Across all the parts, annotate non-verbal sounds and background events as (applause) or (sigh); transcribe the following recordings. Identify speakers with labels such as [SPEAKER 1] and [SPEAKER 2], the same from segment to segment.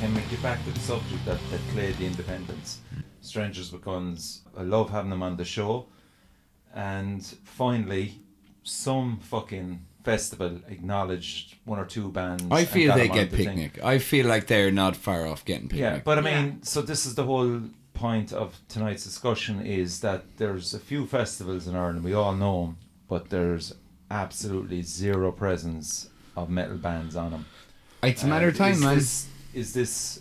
[SPEAKER 1] Henry, get back to the subject that, that played the independence. Strangers with Guns. I love having them on the show. And finally, some fucking festival acknowledged one or two bands.
[SPEAKER 2] I
[SPEAKER 1] and
[SPEAKER 2] feel
[SPEAKER 1] got
[SPEAKER 2] they
[SPEAKER 1] them
[SPEAKER 2] get
[SPEAKER 1] onto the thing.
[SPEAKER 2] picnic. I feel like they're not far off getting picnic.
[SPEAKER 1] Yeah, but I
[SPEAKER 3] Yeah.
[SPEAKER 1] mean, so this is the whole point of tonight's discussion is that there's a few festivals in Ireland we all know 'em, but there's absolutely zero presence of metal bands on them.
[SPEAKER 2] it's a matter of time,
[SPEAKER 1] Uh, is
[SPEAKER 2] man.
[SPEAKER 1] This, is this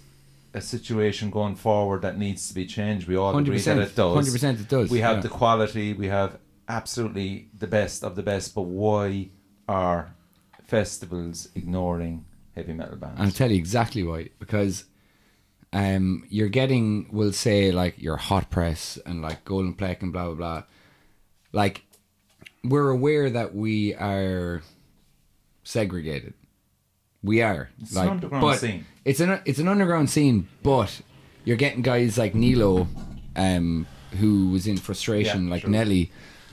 [SPEAKER 1] a situation going forward that needs to be changed? We all agree that
[SPEAKER 2] 100%,
[SPEAKER 1] it does.
[SPEAKER 2] 100% it does,
[SPEAKER 1] We have
[SPEAKER 2] yeah.
[SPEAKER 1] the quality. We have absolutely the best of the best. But why are festivals ignoring heavy metal bands?
[SPEAKER 2] I'll tell you exactly why. Because um, you're getting, we'll say, like your hot press and like golden plaque and blah blah blah. Like we're aware that we are segregated. We are.
[SPEAKER 1] It's an
[SPEAKER 2] like,
[SPEAKER 1] underground
[SPEAKER 2] but
[SPEAKER 1] scene.
[SPEAKER 2] It's an it's an underground scene, but you're getting guys like Nilo, um, who was in frustration,
[SPEAKER 1] Yeah,
[SPEAKER 2] like
[SPEAKER 1] sure.
[SPEAKER 2] Nelly.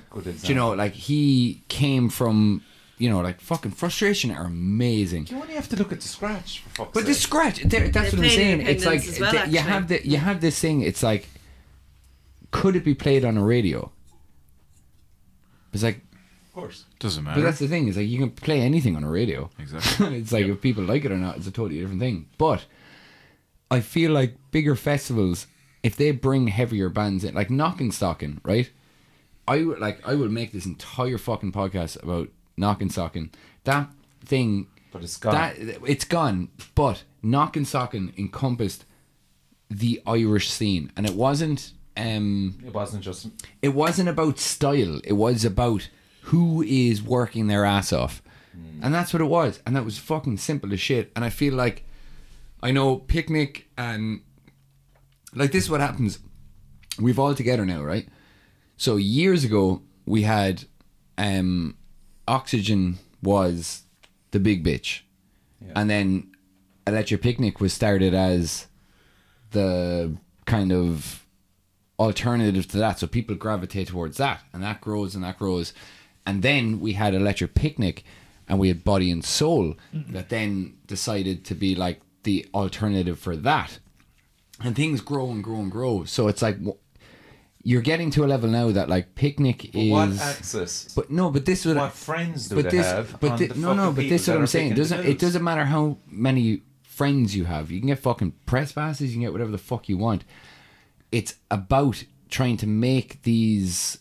[SPEAKER 1] Good
[SPEAKER 2] Do you
[SPEAKER 1] example.
[SPEAKER 2] know, like he came from, you know, like fucking frustration are amazing.
[SPEAKER 1] You only have to look at the scratch for fuck's
[SPEAKER 2] But the
[SPEAKER 1] sake.
[SPEAKER 2] scratch, there- that's
[SPEAKER 3] They
[SPEAKER 2] what I'm
[SPEAKER 3] play
[SPEAKER 2] saying. It's like
[SPEAKER 3] independents as well,
[SPEAKER 2] th- you
[SPEAKER 3] actually.
[SPEAKER 2] have the you have this thing. It's like, could it be played on a radio? It's like,
[SPEAKER 1] of course.
[SPEAKER 4] Doesn't
[SPEAKER 2] but
[SPEAKER 4] matter.
[SPEAKER 2] that's the thing. It's like you can play anything on a radio. (laughs)
[SPEAKER 4] exactly.
[SPEAKER 2] it's like if people like it or not, it's a totally different thing. But I feel like bigger festivals, if they bring heavier bands in, like Knockin' Stockin', right? I would like I would make this entire fucking podcast about Knockin' Stockin'. That thing
[SPEAKER 1] But it's gone.
[SPEAKER 2] that it's gone, but Knockin' Stockin' encompassed the Irish scene and it wasn't um
[SPEAKER 1] it wasn't just.
[SPEAKER 2] it wasn't about style. It was about who is working their ass off. And that's what it was. And that was fucking simple as shit. And I feel like I know picnic and like this is what happens. We've all together now, right? So years ago we had um oxygen was the big bitch. And then Electric Picnic was started as the kind of alternative to that. So people gravitate towards that, and that grows and that grows. And then we had Electric Picnic, and we had Body and Soul
[SPEAKER 1] Mm-hmm.
[SPEAKER 2] that then decided to be like the alternative for that. And things grow and grow and grow. So it's like w- you're getting to a level now that like Picnic
[SPEAKER 1] But
[SPEAKER 2] is.
[SPEAKER 1] what access?
[SPEAKER 2] but no, but this would
[SPEAKER 1] what friends do
[SPEAKER 2] but
[SPEAKER 1] they
[SPEAKER 2] this,
[SPEAKER 1] have?
[SPEAKER 2] but
[SPEAKER 1] on
[SPEAKER 2] thi-
[SPEAKER 1] the
[SPEAKER 2] no, no,
[SPEAKER 1] fucking
[SPEAKER 2] but this
[SPEAKER 1] people
[SPEAKER 2] is what
[SPEAKER 1] that
[SPEAKER 2] I'm
[SPEAKER 1] are
[SPEAKER 2] saying.
[SPEAKER 1] picking the
[SPEAKER 2] Doesn't it?
[SPEAKER 1] news?
[SPEAKER 2] Doesn't matter how many friends you have. You can get fucking press passes. You can get whatever the fuck you want. It's about trying to make these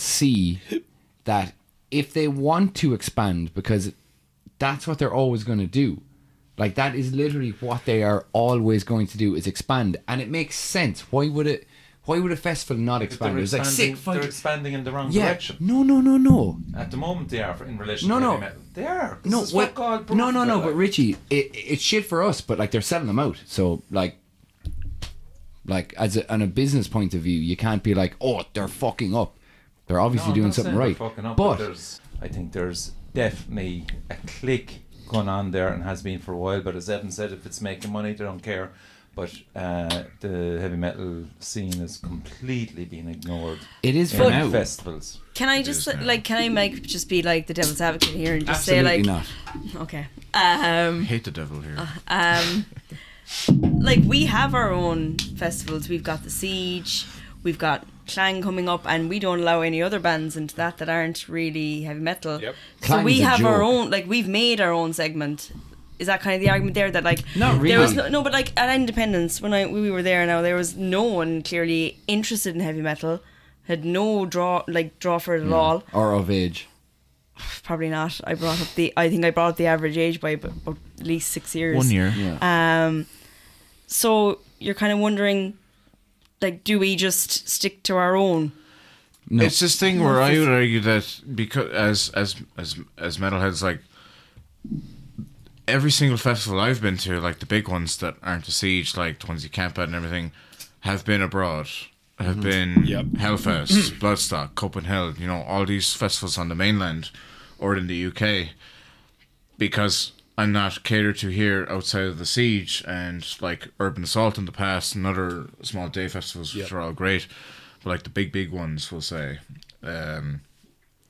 [SPEAKER 1] (laughs)
[SPEAKER 2] see that if they want to expand, because that's what they're always going to do. Like that is literally what they are always going to do is expand, and it makes sense. Why would it? Why would a festival not
[SPEAKER 1] But
[SPEAKER 2] expand?
[SPEAKER 1] They're,
[SPEAKER 2] It was like
[SPEAKER 1] expanding,
[SPEAKER 2] sick. fuck-
[SPEAKER 1] they're expanding in the wrong
[SPEAKER 2] Yeah.
[SPEAKER 1] direction.
[SPEAKER 2] No, no, no, no.
[SPEAKER 1] At the moment, they are for- in relation
[SPEAKER 2] No,
[SPEAKER 1] to
[SPEAKER 2] no.
[SPEAKER 1] heavy metal. They are. This
[SPEAKER 2] No,
[SPEAKER 1] is
[SPEAKER 2] what?
[SPEAKER 1] God brought
[SPEAKER 2] no, no,
[SPEAKER 1] them
[SPEAKER 2] no.
[SPEAKER 1] to
[SPEAKER 2] But
[SPEAKER 1] life.
[SPEAKER 2] Richie, it, it's shit for us. But like they're selling them out, so like, like as a, on a business point of view, you can't be like, oh, they're fucking up. They're
[SPEAKER 1] No,
[SPEAKER 2] obviously
[SPEAKER 1] I'm
[SPEAKER 2] doing
[SPEAKER 1] not
[SPEAKER 2] something
[SPEAKER 1] saying they're
[SPEAKER 2] right.
[SPEAKER 1] fucking up,
[SPEAKER 2] but
[SPEAKER 1] there's, I think there's definitely a click going on there and has been for a while. But as Evan said, if it's making money, they don't care. But uh, the heavy metal scene is completely being ignored
[SPEAKER 2] it is
[SPEAKER 1] in
[SPEAKER 2] for now.
[SPEAKER 1] festivals.
[SPEAKER 3] Can I just like can I make just be like the devil's advocate here and just
[SPEAKER 2] Absolutely
[SPEAKER 3] say like
[SPEAKER 2] not.
[SPEAKER 3] okay um
[SPEAKER 4] Hate the devil here.
[SPEAKER 3] um like we have our own festivals we've got the siege we've got Clang coming up and we don't allow any other bands into that that aren't really heavy metal
[SPEAKER 5] Yep.
[SPEAKER 3] so
[SPEAKER 2] Clang's
[SPEAKER 3] we
[SPEAKER 2] a
[SPEAKER 3] have our
[SPEAKER 2] joke.
[SPEAKER 3] own like we've made our own segment is that kind of the argument there that like
[SPEAKER 2] Not
[SPEAKER 3] there was
[SPEAKER 2] really.
[SPEAKER 3] no, no but like at independence when I we were there now there was no one clearly interested in heavy metal had no draw like draw for it at all
[SPEAKER 2] Or of age.
[SPEAKER 3] probably not. I brought up the. I think I brought up the average age by ab- about at least six years.
[SPEAKER 4] One year.
[SPEAKER 2] Yeah.
[SPEAKER 3] Um, so you're kind of wondering, like, do we just stick to our own?
[SPEAKER 2] No.
[SPEAKER 4] It's this thing where I would argue that because as as as as metalheads like every single festival I've been to, like the big ones that aren't the siege, like the ones you camp at and everything, have been abroad. Have been
[SPEAKER 5] Mm-hmm. Yep. (clears throat)
[SPEAKER 4] Hellfest, Bloodstock, Copenhagen, you know, all these festivals on the mainland or in the UK because I'm not catered to here outside of the siege and like Urban Assault in the past and other small day festivals which
[SPEAKER 5] Yep.
[SPEAKER 4] are all great, but like the big big ones we'll say. Um,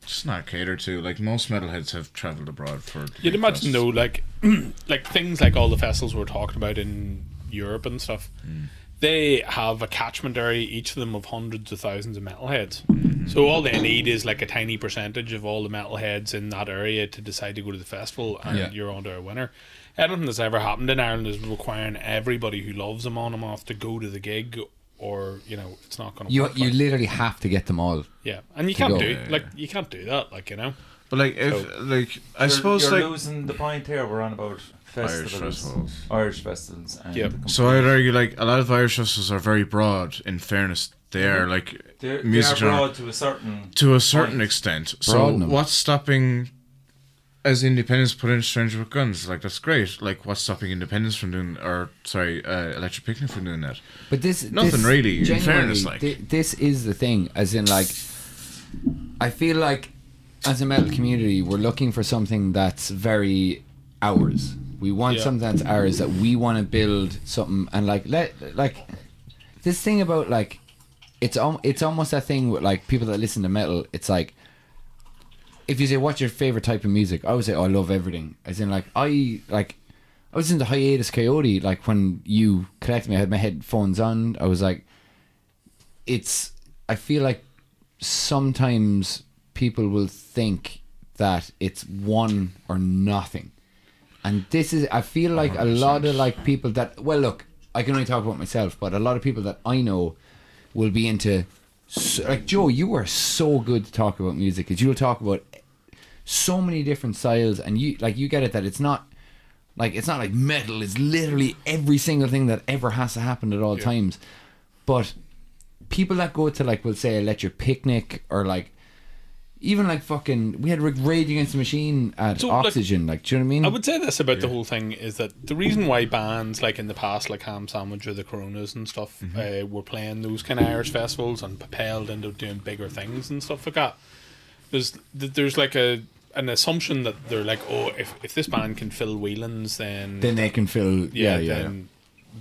[SPEAKER 4] just not catered to. Like most metalheads have traveled abroad for.
[SPEAKER 5] You'd imagine though, like (clears throat) like things like all the festivals we're talking about in Europe and stuff,
[SPEAKER 2] Mm.
[SPEAKER 5] they have a catchment area each of them of hundreds of thousands of metalheads.
[SPEAKER 2] Mm-hmm.
[SPEAKER 5] So all they need is like a tiny percentage of all the metalheads in that area to decide to go to the festival, and
[SPEAKER 2] Yeah.
[SPEAKER 5] you're onto a winner. Anything that's ever happened in Ireland is requiring everybody who loves them on and off to go to the gig, or you know it's not going to
[SPEAKER 2] You
[SPEAKER 5] work.
[SPEAKER 2] you
[SPEAKER 5] like-
[SPEAKER 2] literally have to get them all.
[SPEAKER 5] yeah, and you
[SPEAKER 2] to
[SPEAKER 5] can't
[SPEAKER 2] go.
[SPEAKER 5] do
[SPEAKER 2] Yeah,
[SPEAKER 5] like you can't do that, like you know.
[SPEAKER 4] But like if like I
[SPEAKER 1] You're-
[SPEAKER 4] suppose
[SPEAKER 1] you're
[SPEAKER 4] like
[SPEAKER 1] losing the point here. We're on about festivals,
[SPEAKER 4] festivals.
[SPEAKER 1] Irish festivals, and
[SPEAKER 5] Yep.
[SPEAKER 1] the
[SPEAKER 4] so I'd argue like a lot of Irish festivals are very broad. In fairness, they are like
[SPEAKER 1] they're, they are
[SPEAKER 4] music genre.
[SPEAKER 1] broad to a certain.
[SPEAKER 4] to a certain
[SPEAKER 1] Right.
[SPEAKER 4] extent. So
[SPEAKER 2] Broaden 'em.
[SPEAKER 4] what's stopping as independence put in Stranger with Guns? Like that's great. Like what's stopping independence from doing or sorry, uh, Electric Picnic from doing that?
[SPEAKER 2] But this
[SPEAKER 4] Nothing
[SPEAKER 2] this-
[SPEAKER 4] really, in
[SPEAKER 2] genuinely,
[SPEAKER 4] fairness, like.
[SPEAKER 2] thi- this is the thing. As in, like, I feel like as a metal community, we're looking for something that's very ours. We want
[SPEAKER 5] Yeah.
[SPEAKER 2] something that's ours that we want to build something and like let like this thing about like it's al- it's almost that thing with like people that listen to metal. It's like if you say what's your favorite type of music, I would say oh, I love everything. As in like I like I was into hiatus coyote like when you collected me. I had my headphones on. I was like, it's. I feel like sometimes people will think that it's one or nothing, and this is. I feel like a lot of like people that. Well, look, I can only talk about myself, but a lot of people that I know will be into. So, like Joe, you are so good to talk about music because you'll talk about so many different styles, and you like you get it that it's not like it's not like metal it's literally every single thing that ever has to happen at all times but people that go to like we'll say electric picnic or like even like fucking we had like rage against the machine at
[SPEAKER 5] So, like,
[SPEAKER 2] oxygen like, do you know what i mean
[SPEAKER 5] I would say this about the whole thing is that the reason why bands like in the past, like Ham Sandwich or the Coronas and stuff, uh, were playing those kind of Irish festivals and propelled into doing bigger things and stuff like that. There's th- there's like a an assumption that they're like, oh, if, if this band can fill Whelans, then
[SPEAKER 2] then they can fill yeah yeah, yeah.
[SPEAKER 5] then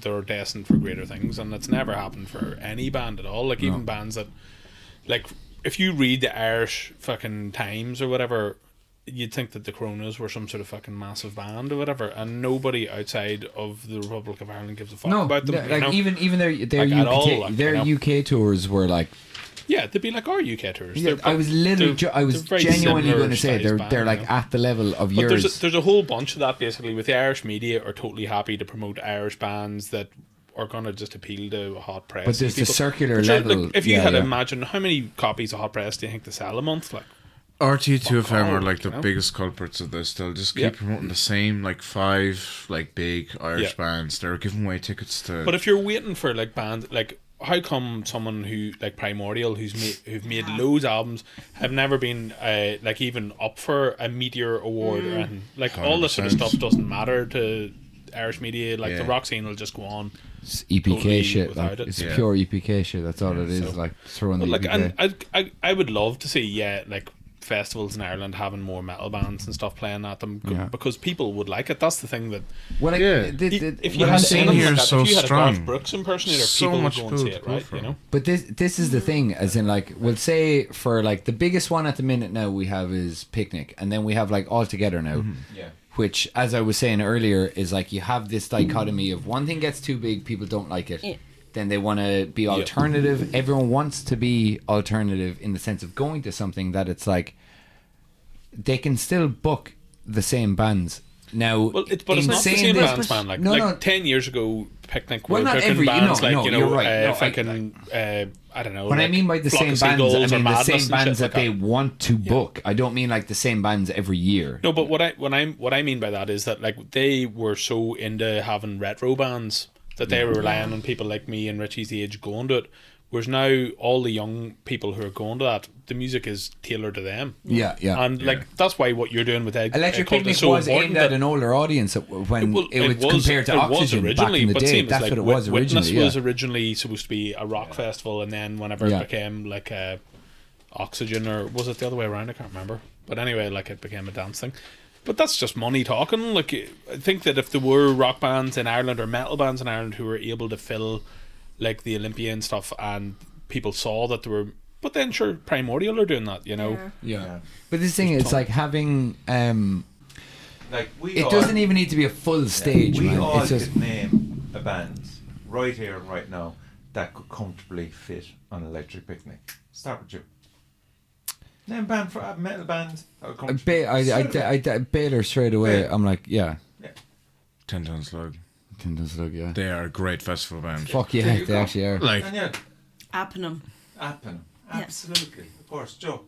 [SPEAKER 5] they're destined for greater things, and that's never happened for any band at all. Like even bands that, like, if you read the Irish fucking Times or whatever, you'd think that the Coronas were some sort of fucking massive band or whatever, and nobody outside of the Republic of Ireland gives a fuck
[SPEAKER 2] no
[SPEAKER 5] about them.
[SPEAKER 2] yeah,
[SPEAKER 5] you
[SPEAKER 2] like
[SPEAKER 5] know?
[SPEAKER 2] even even their their
[SPEAKER 5] Like, at
[SPEAKER 2] UK
[SPEAKER 5] all, like,
[SPEAKER 2] their
[SPEAKER 5] you
[SPEAKER 2] UK tours were like
[SPEAKER 5] yeah, they'd be like "Oh, our UK tours.
[SPEAKER 2] yeah,
[SPEAKER 5] They're-
[SPEAKER 2] I was literally ju-
[SPEAKER 5] they're-
[SPEAKER 2] I was
[SPEAKER 5] they're very
[SPEAKER 2] genuinely
[SPEAKER 5] similar
[SPEAKER 2] going to say
[SPEAKER 5] sized
[SPEAKER 2] they're
[SPEAKER 5] band,
[SPEAKER 2] they're like
[SPEAKER 5] you know?
[SPEAKER 2] at the level of
[SPEAKER 5] But
[SPEAKER 2] yours
[SPEAKER 5] there's a, there's a whole bunch of that basically with the Irish media are totally happy to promote Irish bands that are gonna just appeal to a hot press.
[SPEAKER 2] But there's the
[SPEAKER 5] People-
[SPEAKER 2] circular
[SPEAKER 5] But sure,
[SPEAKER 2] level,
[SPEAKER 5] Look, if you
[SPEAKER 2] yeah,
[SPEAKER 5] had
[SPEAKER 2] yeah.
[SPEAKER 5] imagined how many copies of hot press do you think they sell a month? Like
[SPEAKER 4] RT2FM are
[SPEAKER 5] all,
[SPEAKER 4] like the
[SPEAKER 5] you know?
[SPEAKER 4] biggest culprits of this. They'll just keep
[SPEAKER 5] Yeah.
[SPEAKER 4] promoting the same like five like big Irish
[SPEAKER 5] Yeah.
[SPEAKER 4] bands. They're giving away tickets to.
[SPEAKER 5] But if you're waiting for like band, like how come someone who like Primordial, who's made who've made loads of albums, have never been uh, like even up for a Meteor Award or anything? Like all this sort of
[SPEAKER 4] 100%.
[SPEAKER 5] stuff doesn't matter to Irish media. Like the
[SPEAKER 4] Yeah.
[SPEAKER 5] rock scene will just go on.
[SPEAKER 2] it's EPK
[SPEAKER 5] totally
[SPEAKER 2] shit
[SPEAKER 5] without
[SPEAKER 2] like,
[SPEAKER 5] it.
[SPEAKER 2] it's
[SPEAKER 4] Yeah.
[SPEAKER 2] pure EPK shit that's all it is
[SPEAKER 5] so-
[SPEAKER 2] like throwing the E
[SPEAKER 5] But like,
[SPEAKER 2] EPK.
[SPEAKER 5] and I, I, I would love to see, yeah, like festivals in Ireland having more metal bands and stuff playing at them c-
[SPEAKER 2] Yeah.
[SPEAKER 5] because people would like it. That's the thing that e-,
[SPEAKER 2] Well, like,
[SPEAKER 4] Yeah.
[SPEAKER 2] thi- thi-
[SPEAKER 5] if you
[SPEAKER 2] what
[SPEAKER 5] had
[SPEAKER 2] I'm
[SPEAKER 5] a
[SPEAKER 2] saying
[SPEAKER 5] band
[SPEAKER 4] here
[SPEAKER 5] like
[SPEAKER 4] is
[SPEAKER 5] that,
[SPEAKER 4] so
[SPEAKER 5] if you had a Garth
[SPEAKER 4] strong.
[SPEAKER 5] Brooks impersonator,
[SPEAKER 4] So
[SPEAKER 5] people would
[SPEAKER 4] much
[SPEAKER 5] go and
[SPEAKER 4] food
[SPEAKER 5] see
[SPEAKER 4] to
[SPEAKER 5] it,
[SPEAKER 4] pull
[SPEAKER 5] right?
[SPEAKER 4] from.
[SPEAKER 5] You know,
[SPEAKER 2] but this this is the thing, as in like we'll say for like the biggest one at the minute now we have is picnic, and then we have like all together now,
[SPEAKER 5] Mm-hmm.
[SPEAKER 1] Yeah.
[SPEAKER 2] which as I was saying earlier is like you have this dichotomy of one thing gets too big, people don't like it.
[SPEAKER 3] Yeah.
[SPEAKER 2] Then they want to be alternative. Everyone wants to be alternative in the sense of going to something that it's like they can still book the same bands. Now,
[SPEAKER 5] well, it's but it's
[SPEAKER 2] in
[SPEAKER 5] not the
[SPEAKER 2] saying
[SPEAKER 5] same
[SPEAKER 2] this-
[SPEAKER 5] bands, man. Like,
[SPEAKER 2] no,
[SPEAKER 5] like
[SPEAKER 2] no,
[SPEAKER 5] ten years ago, Picnic
[SPEAKER 2] Well,
[SPEAKER 5] were
[SPEAKER 2] not
[SPEAKER 5] booking
[SPEAKER 2] every-
[SPEAKER 5] bands
[SPEAKER 2] no,
[SPEAKER 5] like
[SPEAKER 2] no,
[SPEAKER 5] you know,
[SPEAKER 2] you're right.
[SPEAKER 5] uh,
[SPEAKER 2] No, I-
[SPEAKER 5] fucking, uh, I don't know.
[SPEAKER 2] What
[SPEAKER 5] like
[SPEAKER 2] I mean by the
[SPEAKER 5] Flock
[SPEAKER 2] same
[SPEAKER 5] of
[SPEAKER 2] bands,
[SPEAKER 5] Seagulls
[SPEAKER 2] I
[SPEAKER 5] or
[SPEAKER 2] mean the
[SPEAKER 5] Madness
[SPEAKER 2] same
[SPEAKER 5] and shit
[SPEAKER 2] bands that
[SPEAKER 5] like
[SPEAKER 2] they want to book. I don't mean like the same bands every year.
[SPEAKER 5] No, but what I what I what I mean by that is that like they were so into having retro bands that they were relying on people like me and Richie's age going to it. Whereas now all the young people who are going to that, the music is tailored to them.
[SPEAKER 2] Yeah, yeah.
[SPEAKER 5] And like that's why what you're doing with Egg
[SPEAKER 2] Electric
[SPEAKER 5] Egg Cult
[SPEAKER 2] Picnic
[SPEAKER 5] is so
[SPEAKER 2] was
[SPEAKER 5] important
[SPEAKER 2] aimed at
[SPEAKER 5] that-
[SPEAKER 2] an older audience at- when
[SPEAKER 5] well,
[SPEAKER 2] it was, compared to
[SPEAKER 5] it was
[SPEAKER 2] Oxygen back in the day.
[SPEAKER 5] same as,
[SPEAKER 2] That's
[SPEAKER 5] like,
[SPEAKER 2] what it
[SPEAKER 5] Wit-
[SPEAKER 2] was
[SPEAKER 5] Witness
[SPEAKER 2] originally. Yeah.
[SPEAKER 5] was originally supposed to be a rock festival, and then whenever
[SPEAKER 2] Yeah.
[SPEAKER 5] it became like a Oxygen, or was it the other way around? I can't remember. But anyway, like it became a dance thing. But that's just money talking. Like I think that if there were rock bands in Ireland or metal bands in Ireland who were able to fill like the Olympia and stuff, and people saw that there were But then sure, Primordial are doing that, you know.
[SPEAKER 3] Yeah.
[SPEAKER 2] Yeah.
[SPEAKER 1] Yeah.
[SPEAKER 2] But this thing is like having. um
[SPEAKER 1] Like we
[SPEAKER 2] It
[SPEAKER 1] all-
[SPEAKER 2] doesn't even need to be a full stage,
[SPEAKER 1] We
[SPEAKER 2] man.
[SPEAKER 1] all
[SPEAKER 2] It's just
[SPEAKER 1] could name a band right here and right now that could comfortably fit on Electric Picnic. Start with you. Name a band for a metal band. that would
[SPEAKER 2] I
[SPEAKER 1] comfortably-
[SPEAKER 2] ba- I, I, I, I, Baylor straight away.
[SPEAKER 1] Yeah.
[SPEAKER 2] I'm like, yeah,
[SPEAKER 4] Ten Ton Slug.
[SPEAKER 2] Tin Does Look, yeah.
[SPEAKER 4] They are a great festival band.
[SPEAKER 2] Fuck
[SPEAKER 1] There
[SPEAKER 2] yeah,
[SPEAKER 1] you
[SPEAKER 2] they
[SPEAKER 1] go.
[SPEAKER 2] actually (laughs) are.
[SPEAKER 4] Like
[SPEAKER 1] And yeah,
[SPEAKER 3] Appenum.
[SPEAKER 1] Appen.
[SPEAKER 3] Yeah.
[SPEAKER 1] Absolutely, of course, Joe.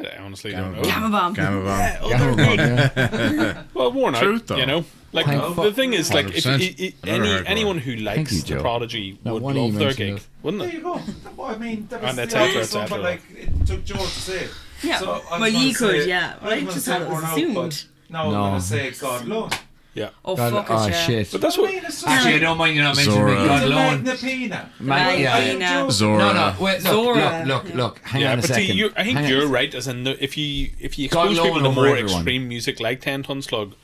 [SPEAKER 5] I honestly
[SPEAKER 4] Gamma
[SPEAKER 5] don't know.
[SPEAKER 4] Bomb.
[SPEAKER 3] Gamma Bomb.
[SPEAKER 4] Gamma Bomb.
[SPEAKER 5] Oh,
[SPEAKER 2] Yeah,
[SPEAKER 5] (laughs) they're
[SPEAKER 2] I'm like, yeah.
[SPEAKER 5] Well, worn out,
[SPEAKER 4] Truth, though.
[SPEAKER 5] you know. Like
[SPEAKER 2] Thank
[SPEAKER 5] the
[SPEAKER 1] fuck-
[SPEAKER 5] thing is, like if,
[SPEAKER 4] 100%.
[SPEAKER 5] i- i-
[SPEAKER 4] Another
[SPEAKER 5] any
[SPEAKER 4] hard one.
[SPEAKER 5] anyone who likes
[SPEAKER 2] you,
[SPEAKER 5] the
[SPEAKER 2] Joe.
[SPEAKER 5] Prodigy
[SPEAKER 2] No,
[SPEAKER 5] would
[SPEAKER 2] one of you
[SPEAKER 5] love their
[SPEAKER 2] mentioned
[SPEAKER 5] gig,
[SPEAKER 2] it.
[SPEAKER 5] wouldn't
[SPEAKER 1] There
[SPEAKER 5] it?
[SPEAKER 1] you go. That- well, I mean, that was
[SPEAKER 5] And that's
[SPEAKER 1] the
[SPEAKER 5] after,
[SPEAKER 1] obvious one,
[SPEAKER 5] that's
[SPEAKER 1] but like
[SPEAKER 5] after.
[SPEAKER 1] it took George to say. it.
[SPEAKER 3] Yeah.
[SPEAKER 1] So I was
[SPEAKER 3] Well,
[SPEAKER 1] gonna
[SPEAKER 3] you could,
[SPEAKER 1] say-
[SPEAKER 3] yeah.
[SPEAKER 1] I
[SPEAKER 3] Well, I
[SPEAKER 1] was
[SPEAKER 3] just
[SPEAKER 1] gonna say
[SPEAKER 3] thought it was
[SPEAKER 1] Worn Out, but
[SPEAKER 3] assumed.
[SPEAKER 1] No, I'm
[SPEAKER 2] No.
[SPEAKER 1] gonna say God Lone.
[SPEAKER 5] Yeah,
[SPEAKER 3] Oh,
[SPEAKER 2] God,
[SPEAKER 3] fuck
[SPEAKER 2] oh
[SPEAKER 3] it, yeah.
[SPEAKER 2] shit.
[SPEAKER 5] but that's
[SPEAKER 1] I
[SPEAKER 5] what.
[SPEAKER 1] mean, it's
[SPEAKER 2] Actually, I
[SPEAKER 1] such a-
[SPEAKER 2] don't mind you not mentioning
[SPEAKER 4] Zora.
[SPEAKER 2] that God
[SPEAKER 1] it's a
[SPEAKER 2] alone.
[SPEAKER 1] magna pina.
[SPEAKER 2] Ma- yeah.
[SPEAKER 1] Are you
[SPEAKER 3] Magna.
[SPEAKER 1] joking?
[SPEAKER 2] (laughs)
[SPEAKER 4] Zora.
[SPEAKER 2] No, no, wait, look,
[SPEAKER 3] Zora.
[SPEAKER 2] look, look, look. Hang
[SPEAKER 5] yeah,
[SPEAKER 2] on a
[SPEAKER 5] but
[SPEAKER 2] second.
[SPEAKER 5] see, you, I think
[SPEAKER 2] Hang on.
[SPEAKER 5] you're right. As in, the, if you if you
[SPEAKER 2] Gone
[SPEAKER 5] expose people to
[SPEAKER 2] lower
[SPEAKER 5] more
[SPEAKER 2] over everyone.
[SPEAKER 5] extreme music like Ten Ton Slug,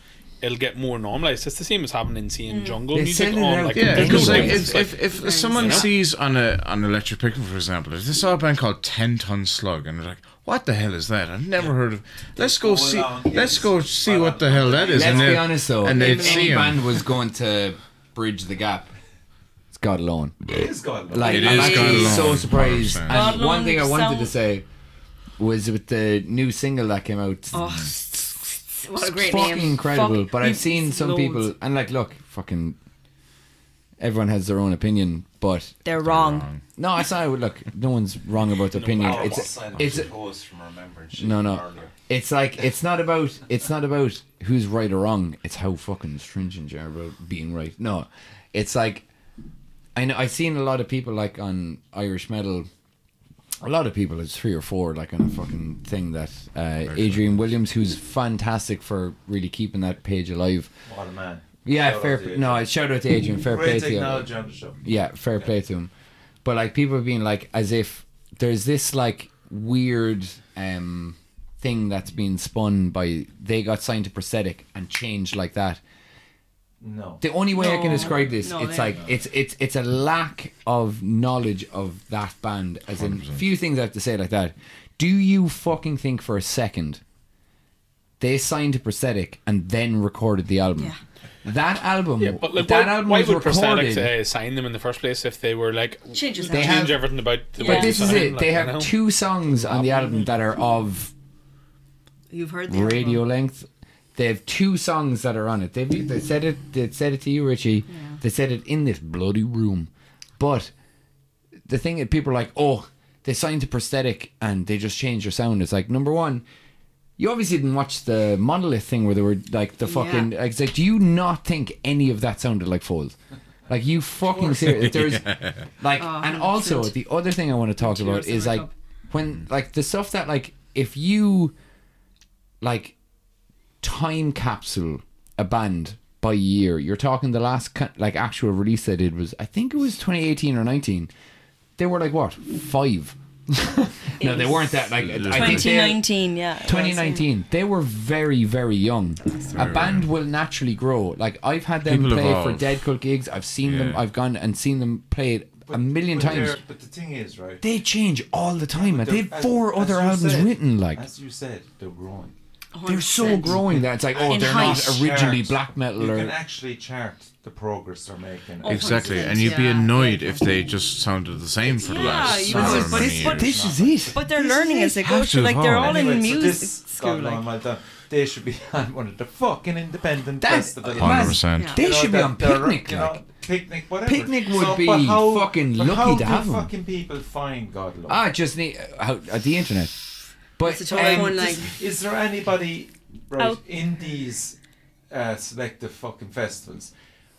[SPEAKER 5] it'll get more normalized. It's the same as having insane jungle
[SPEAKER 2] They
[SPEAKER 5] music
[SPEAKER 2] sell it
[SPEAKER 5] on.
[SPEAKER 2] out.
[SPEAKER 5] Like,
[SPEAKER 4] Yeah,
[SPEAKER 5] there's
[SPEAKER 4] because
[SPEAKER 5] no
[SPEAKER 4] like,
[SPEAKER 5] difference,
[SPEAKER 4] if,
[SPEAKER 5] like-
[SPEAKER 4] if, if, someone
[SPEAKER 5] you know?
[SPEAKER 4] sees on a on electric picnic, for example, if they saw a band called Ten Ton Slug, and they're like, "What the hell is that? I've never heard of." Let's go
[SPEAKER 1] all
[SPEAKER 4] see.
[SPEAKER 1] along,
[SPEAKER 4] Let's
[SPEAKER 1] yes.
[SPEAKER 4] go see what the hell that is.
[SPEAKER 2] Let's
[SPEAKER 4] and
[SPEAKER 2] be
[SPEAKER 4] they'd-
[SPEAKER 2] honest though.
[SPEAKER 4] and
[SPEAKER 2] if
[SPEAKER 4] they'd
[SPEAKER 2] any
[SPEAKER 4] see 'em.
[SPEAKER 2] band was going to bridge the gap, it's God alone.
[SPEAKER 1] It is God Lone.
[SPEAKER 2] Like
[SPEAKER 4] It
[SPEAKER 2] I'm
[SPEAKER 4] is
[SPEAKER 2] actually
[SPEAKER 4] God
[SPEAKER 2] so
[SPEAKER 4] alone,
[SPEAKER 2] surprised.
[SPEAKER 4] 100%.
[SPEAKER 2] And
[SPEAKER 3] God
[SPEAKER 2] one thing I
[SPEAKER 3] alone
[SPEAKER 2] wanted
[SPEAKER 3] sound-
[SPEAKER 2] to say was with the new single that came out.
[SPEAKER 3] Oh, what a great
[SPEAKER 2] fucking
[SPEAKER 3] name.
[SPEAKER 2] incredible.
[SPEAKER 3] Fuck,
[SPEAKER 2] but I've seen some
[SPEAKER 3] loads.
[SPEAKER 2] people and like look, fucking everyone has their own opinion, but
[SPEAKER 3] They're wrong.
[SPEAKER 4] Wrong.
[SPEAKER 2] no, it's not look, no one's wrong about their opinion.
[SPEAKER 1] Wow,
[SPEAKER 2] It's
[SPEAKER 1] silent
[SPEAKER 2] it's
[SPEAKER 1] pause from remembering shit
[SPEAKER 2] no no.
[SPEAKER 1] earlier.
[SPEAKER 2] It's like it's not about it's not about who's right or wrong. It's how fucking stringent you are about being right. No, it's like I know I've seen a lot of people like on Irish metal. A lot of people, it's three or four, like on a fucking thing that uh, Adrian Williams, who's fantastic for really keeping that page alive.
[SPEAKER 1] What a man.
[SPEAKER 2] Yeah,
[SPEAKER 1] Shout
[SPEAKER 2] fair.
[SPEAKER 1] out to
[SPEAKER 2] No, I shout out to Adrian. Fair play
[SPEAKER 1] Great
[SPEAKER 2] to you.
[SPEAKER 1] technology on the show.
[SPEAKER 2] Yeah, fair play to him. But like people being like, as if there's this like weird um thing that's being spun by they got signed to prosthetic and changed like that.
[SPEAKER 1] No.
[SPEAKER 2] The only way I can
[SPEAKER 3] No,
[SPEAKER 2] describe this,
[SPEAKER 3] no,
[SPEAKER 2] it's
[SPEAKER 3] there
[SPEAKER 2] like it's it's it's a lack of knowledge of that band. As in, few things I have to say like that. Do you fucking think for a second they signed to prosthetic and then recorded the album?
[SPEAKER 3] Yeah.
[SPEAKER 2] That album,
[SPEAKER 5] yeah, but like,
[SPEAKER 2] that
[SPEAKER 5] why,
[SPEAKER 2] album
[SPEAKER 5] why
[SPEAKER 2] was
[SPEAKER 5] would
[SPEAKER 2] recorded.
[SPEAKER 5] prosthetics uh, sign them in the first place if they were like
[SPEAKER 3] Change your
[SPEAKER 5] they
[SPEAKER 3] sound.
[SPEAKER 5] change
[SPEAKER 2] have-
[SPEAKER 5] everything about the way
[SPEAKER 2] But
[SPEAKER 3] Yeah.
[SPEAKER 5] you
[SPEAKER 2] this is
[SPEAKER 5] sound,
[SPEAKER 2] it.
[SPEAKER 5] like,
[SPEAKER 2] They
[SPEAKER 5] you
[SPEAKER 2] have
[SPEAKER 5] know?
[SPEAKER 2] two songs on the album that are of
[SPEAKER 3] You've heard the other
[SPEAKER 2] radio
[SPEAKER 3] one.
[SPEAKER 2] length. They have two songs that are on it. They they said it. They said it to you, Richie. They said it in this bloody room. But the thing that people are like, oh, they signed to prosthetic and they just changed their sound. It's like number one, you obviously didn't watch the monolith thing where they were like the fucking.
[SPEAKER 3] Yeah.
[SPEAKER 2] It's like, do you not think any of that sounded like Fold? Like you fucking serious?
[SPEAKER 5] (laughs)
[SPEAKER 2] There's like,
[SPEAKER 3] Oh,
[SPEAKER 2] and also
[SPEAKER 3] 100%.
[SPEAKER 2] the other thing I want to talk
[SPEAKER 3] Two
[SPEAKER 2] about
[SPEAKER 3] hours in
[SPEAKER 2] is
[SPEAKER 3] the
[SPEAKER 2] like
[SPEAKER 3] club.
[SPEAKER 2] when like the stuff that like if you like time capsule a band by year. You're talking the last ca- like actual release they did was I think it was 2018 or 19. They were like what five? (laughs) no, they weren't that. Like I think they-
[SPEAKER 3] 2019, yeah. it was,
[SPEAKER 2] 2019. They were very very young. A band will naturally grow. Like I've had them
[SPEAKER 4] People
[SPEAKER 2] play for
[SPEAKER 4] evolve.
[SPEAKER 2] Dead Cult gigs. I've seen them.
[SPEAKER 4] Yeah.
[SPEAKER 2] I've gone and seen them play it a million
[SPEAKER 1] but they're-
[SPEAKER 2] times.
[SPEAKER 1] But the thing is, right?
[SPEAKER 2] They change all the time. man.
[SPEAKER 1] they're-
[SPEAKER 2] They have
[SPEAKER 1] as-
[SPEAKER 2] four
[SPEAKER 1] as
[SPEAKER 2] other
[SPEAKER 1] you
[SPEAKER 2] albums
[SPEAKER 1] said-
[SPEAKER 2] written. Like
[SPEAKER 1] As you said, they're growing.
[SPEAKER 3] yeah.
[SPEAKER 2] they're so
[SPEAKER 3] 100%.
[SPEAKER 2] growing that it's like oh
[SPEAKER 3] In
[SPEAKER 2] they're
[SPEAKER 3] height.
[SPEAKER 2] not originally
[SPEAKER 1] Chart.
[SPEAKER 2] black metal
[SPEAKER 1] You can
[SPEAKER 2] or
[SPEAKER 1] actually chart the progress they're making.
[SPEAKER 3] Oh,
[SPEAKER 4] Exactly,
[SPEAKER 3] 100%,
[SPEAKER 4] and you'd be
[SPEAKER 3] yeah.
[SPEAKER 4] annoyed if they just sounded the same for the
[SPEAKER 3] Yeah,
[SPEAKER 4] last
[SPEAKER 3] you
[SPEAKER 4] however
[SPEAKER 3] would, but
[SPEAKER 4] many
[SPEAKER 3] it's- but
[SPEAKER 4] years.
[SPEAKER 2] this is it.
[SPEAKER 3] But they're learning as they go
[SPEAKER 4] Have
[SPEAKER 3] through.
[SPEAKER 4] to
[SPEAKER 3] Like, they're
[SPEAKER 4] evolve.
[SPEAKER 3] all in
[SPEAKER 1] Anyway, so
[SPEAKER 3] music
[SPEAKER 1] this-
[SPEAKER 3] school.
[SPEAKER 1] God, no,
[SPEAKER 3] Like,
[SPEAKER 1] well done. They should be (laughs) on one of the fucking independent
[SPEAKER 2] That-
[SPEAKER 1] festivals.
[SPEAKER 2] Hundred
[SPEAKER 4] Hundred
[SPEAKER 2] man,
[SPEAKER 4] percent.
[SPEAKER 3] Yeah.
[SPEAKER 2] They
[SPEAKER 1] You know,
[SPEAKER 2] should be
[SPEAKER 1] that
[SPEAKER 2] on
[SPEAKER 1] they're-
[SPEAKER 2] picnic.
[SPEAKER 1] you know,
[SPEAKER 2] like.
[SPEAKER 1] picnic, whatever.
[SPEAKER 2] Picnic would
[SPEAKER 1] so,
[SPEAKER 2] be
[SPEAKER 1] but how,
[SPEAKER 2] fucking
[SPEAKER 1] but
[SPEAKER 2] lucky
[SPEAKER 1] how
[SPEAKER 2] to
[SPEAKER 1] do
[SPEAKER 2] have 'em.
[SPEAKER 1] fucking people find God love?
[SPEAKER 2] I just need uh, how, uh, the internet. But
[SPEAKER 3] It's a tough
[SPEAKER 2] um,
[SPEAKER 3] one, like,
[SPEAKER 1] Is there anybody right
[SPEAKER 3] Out.
[SPEAKER 1] in these uh, selective fucking festivals?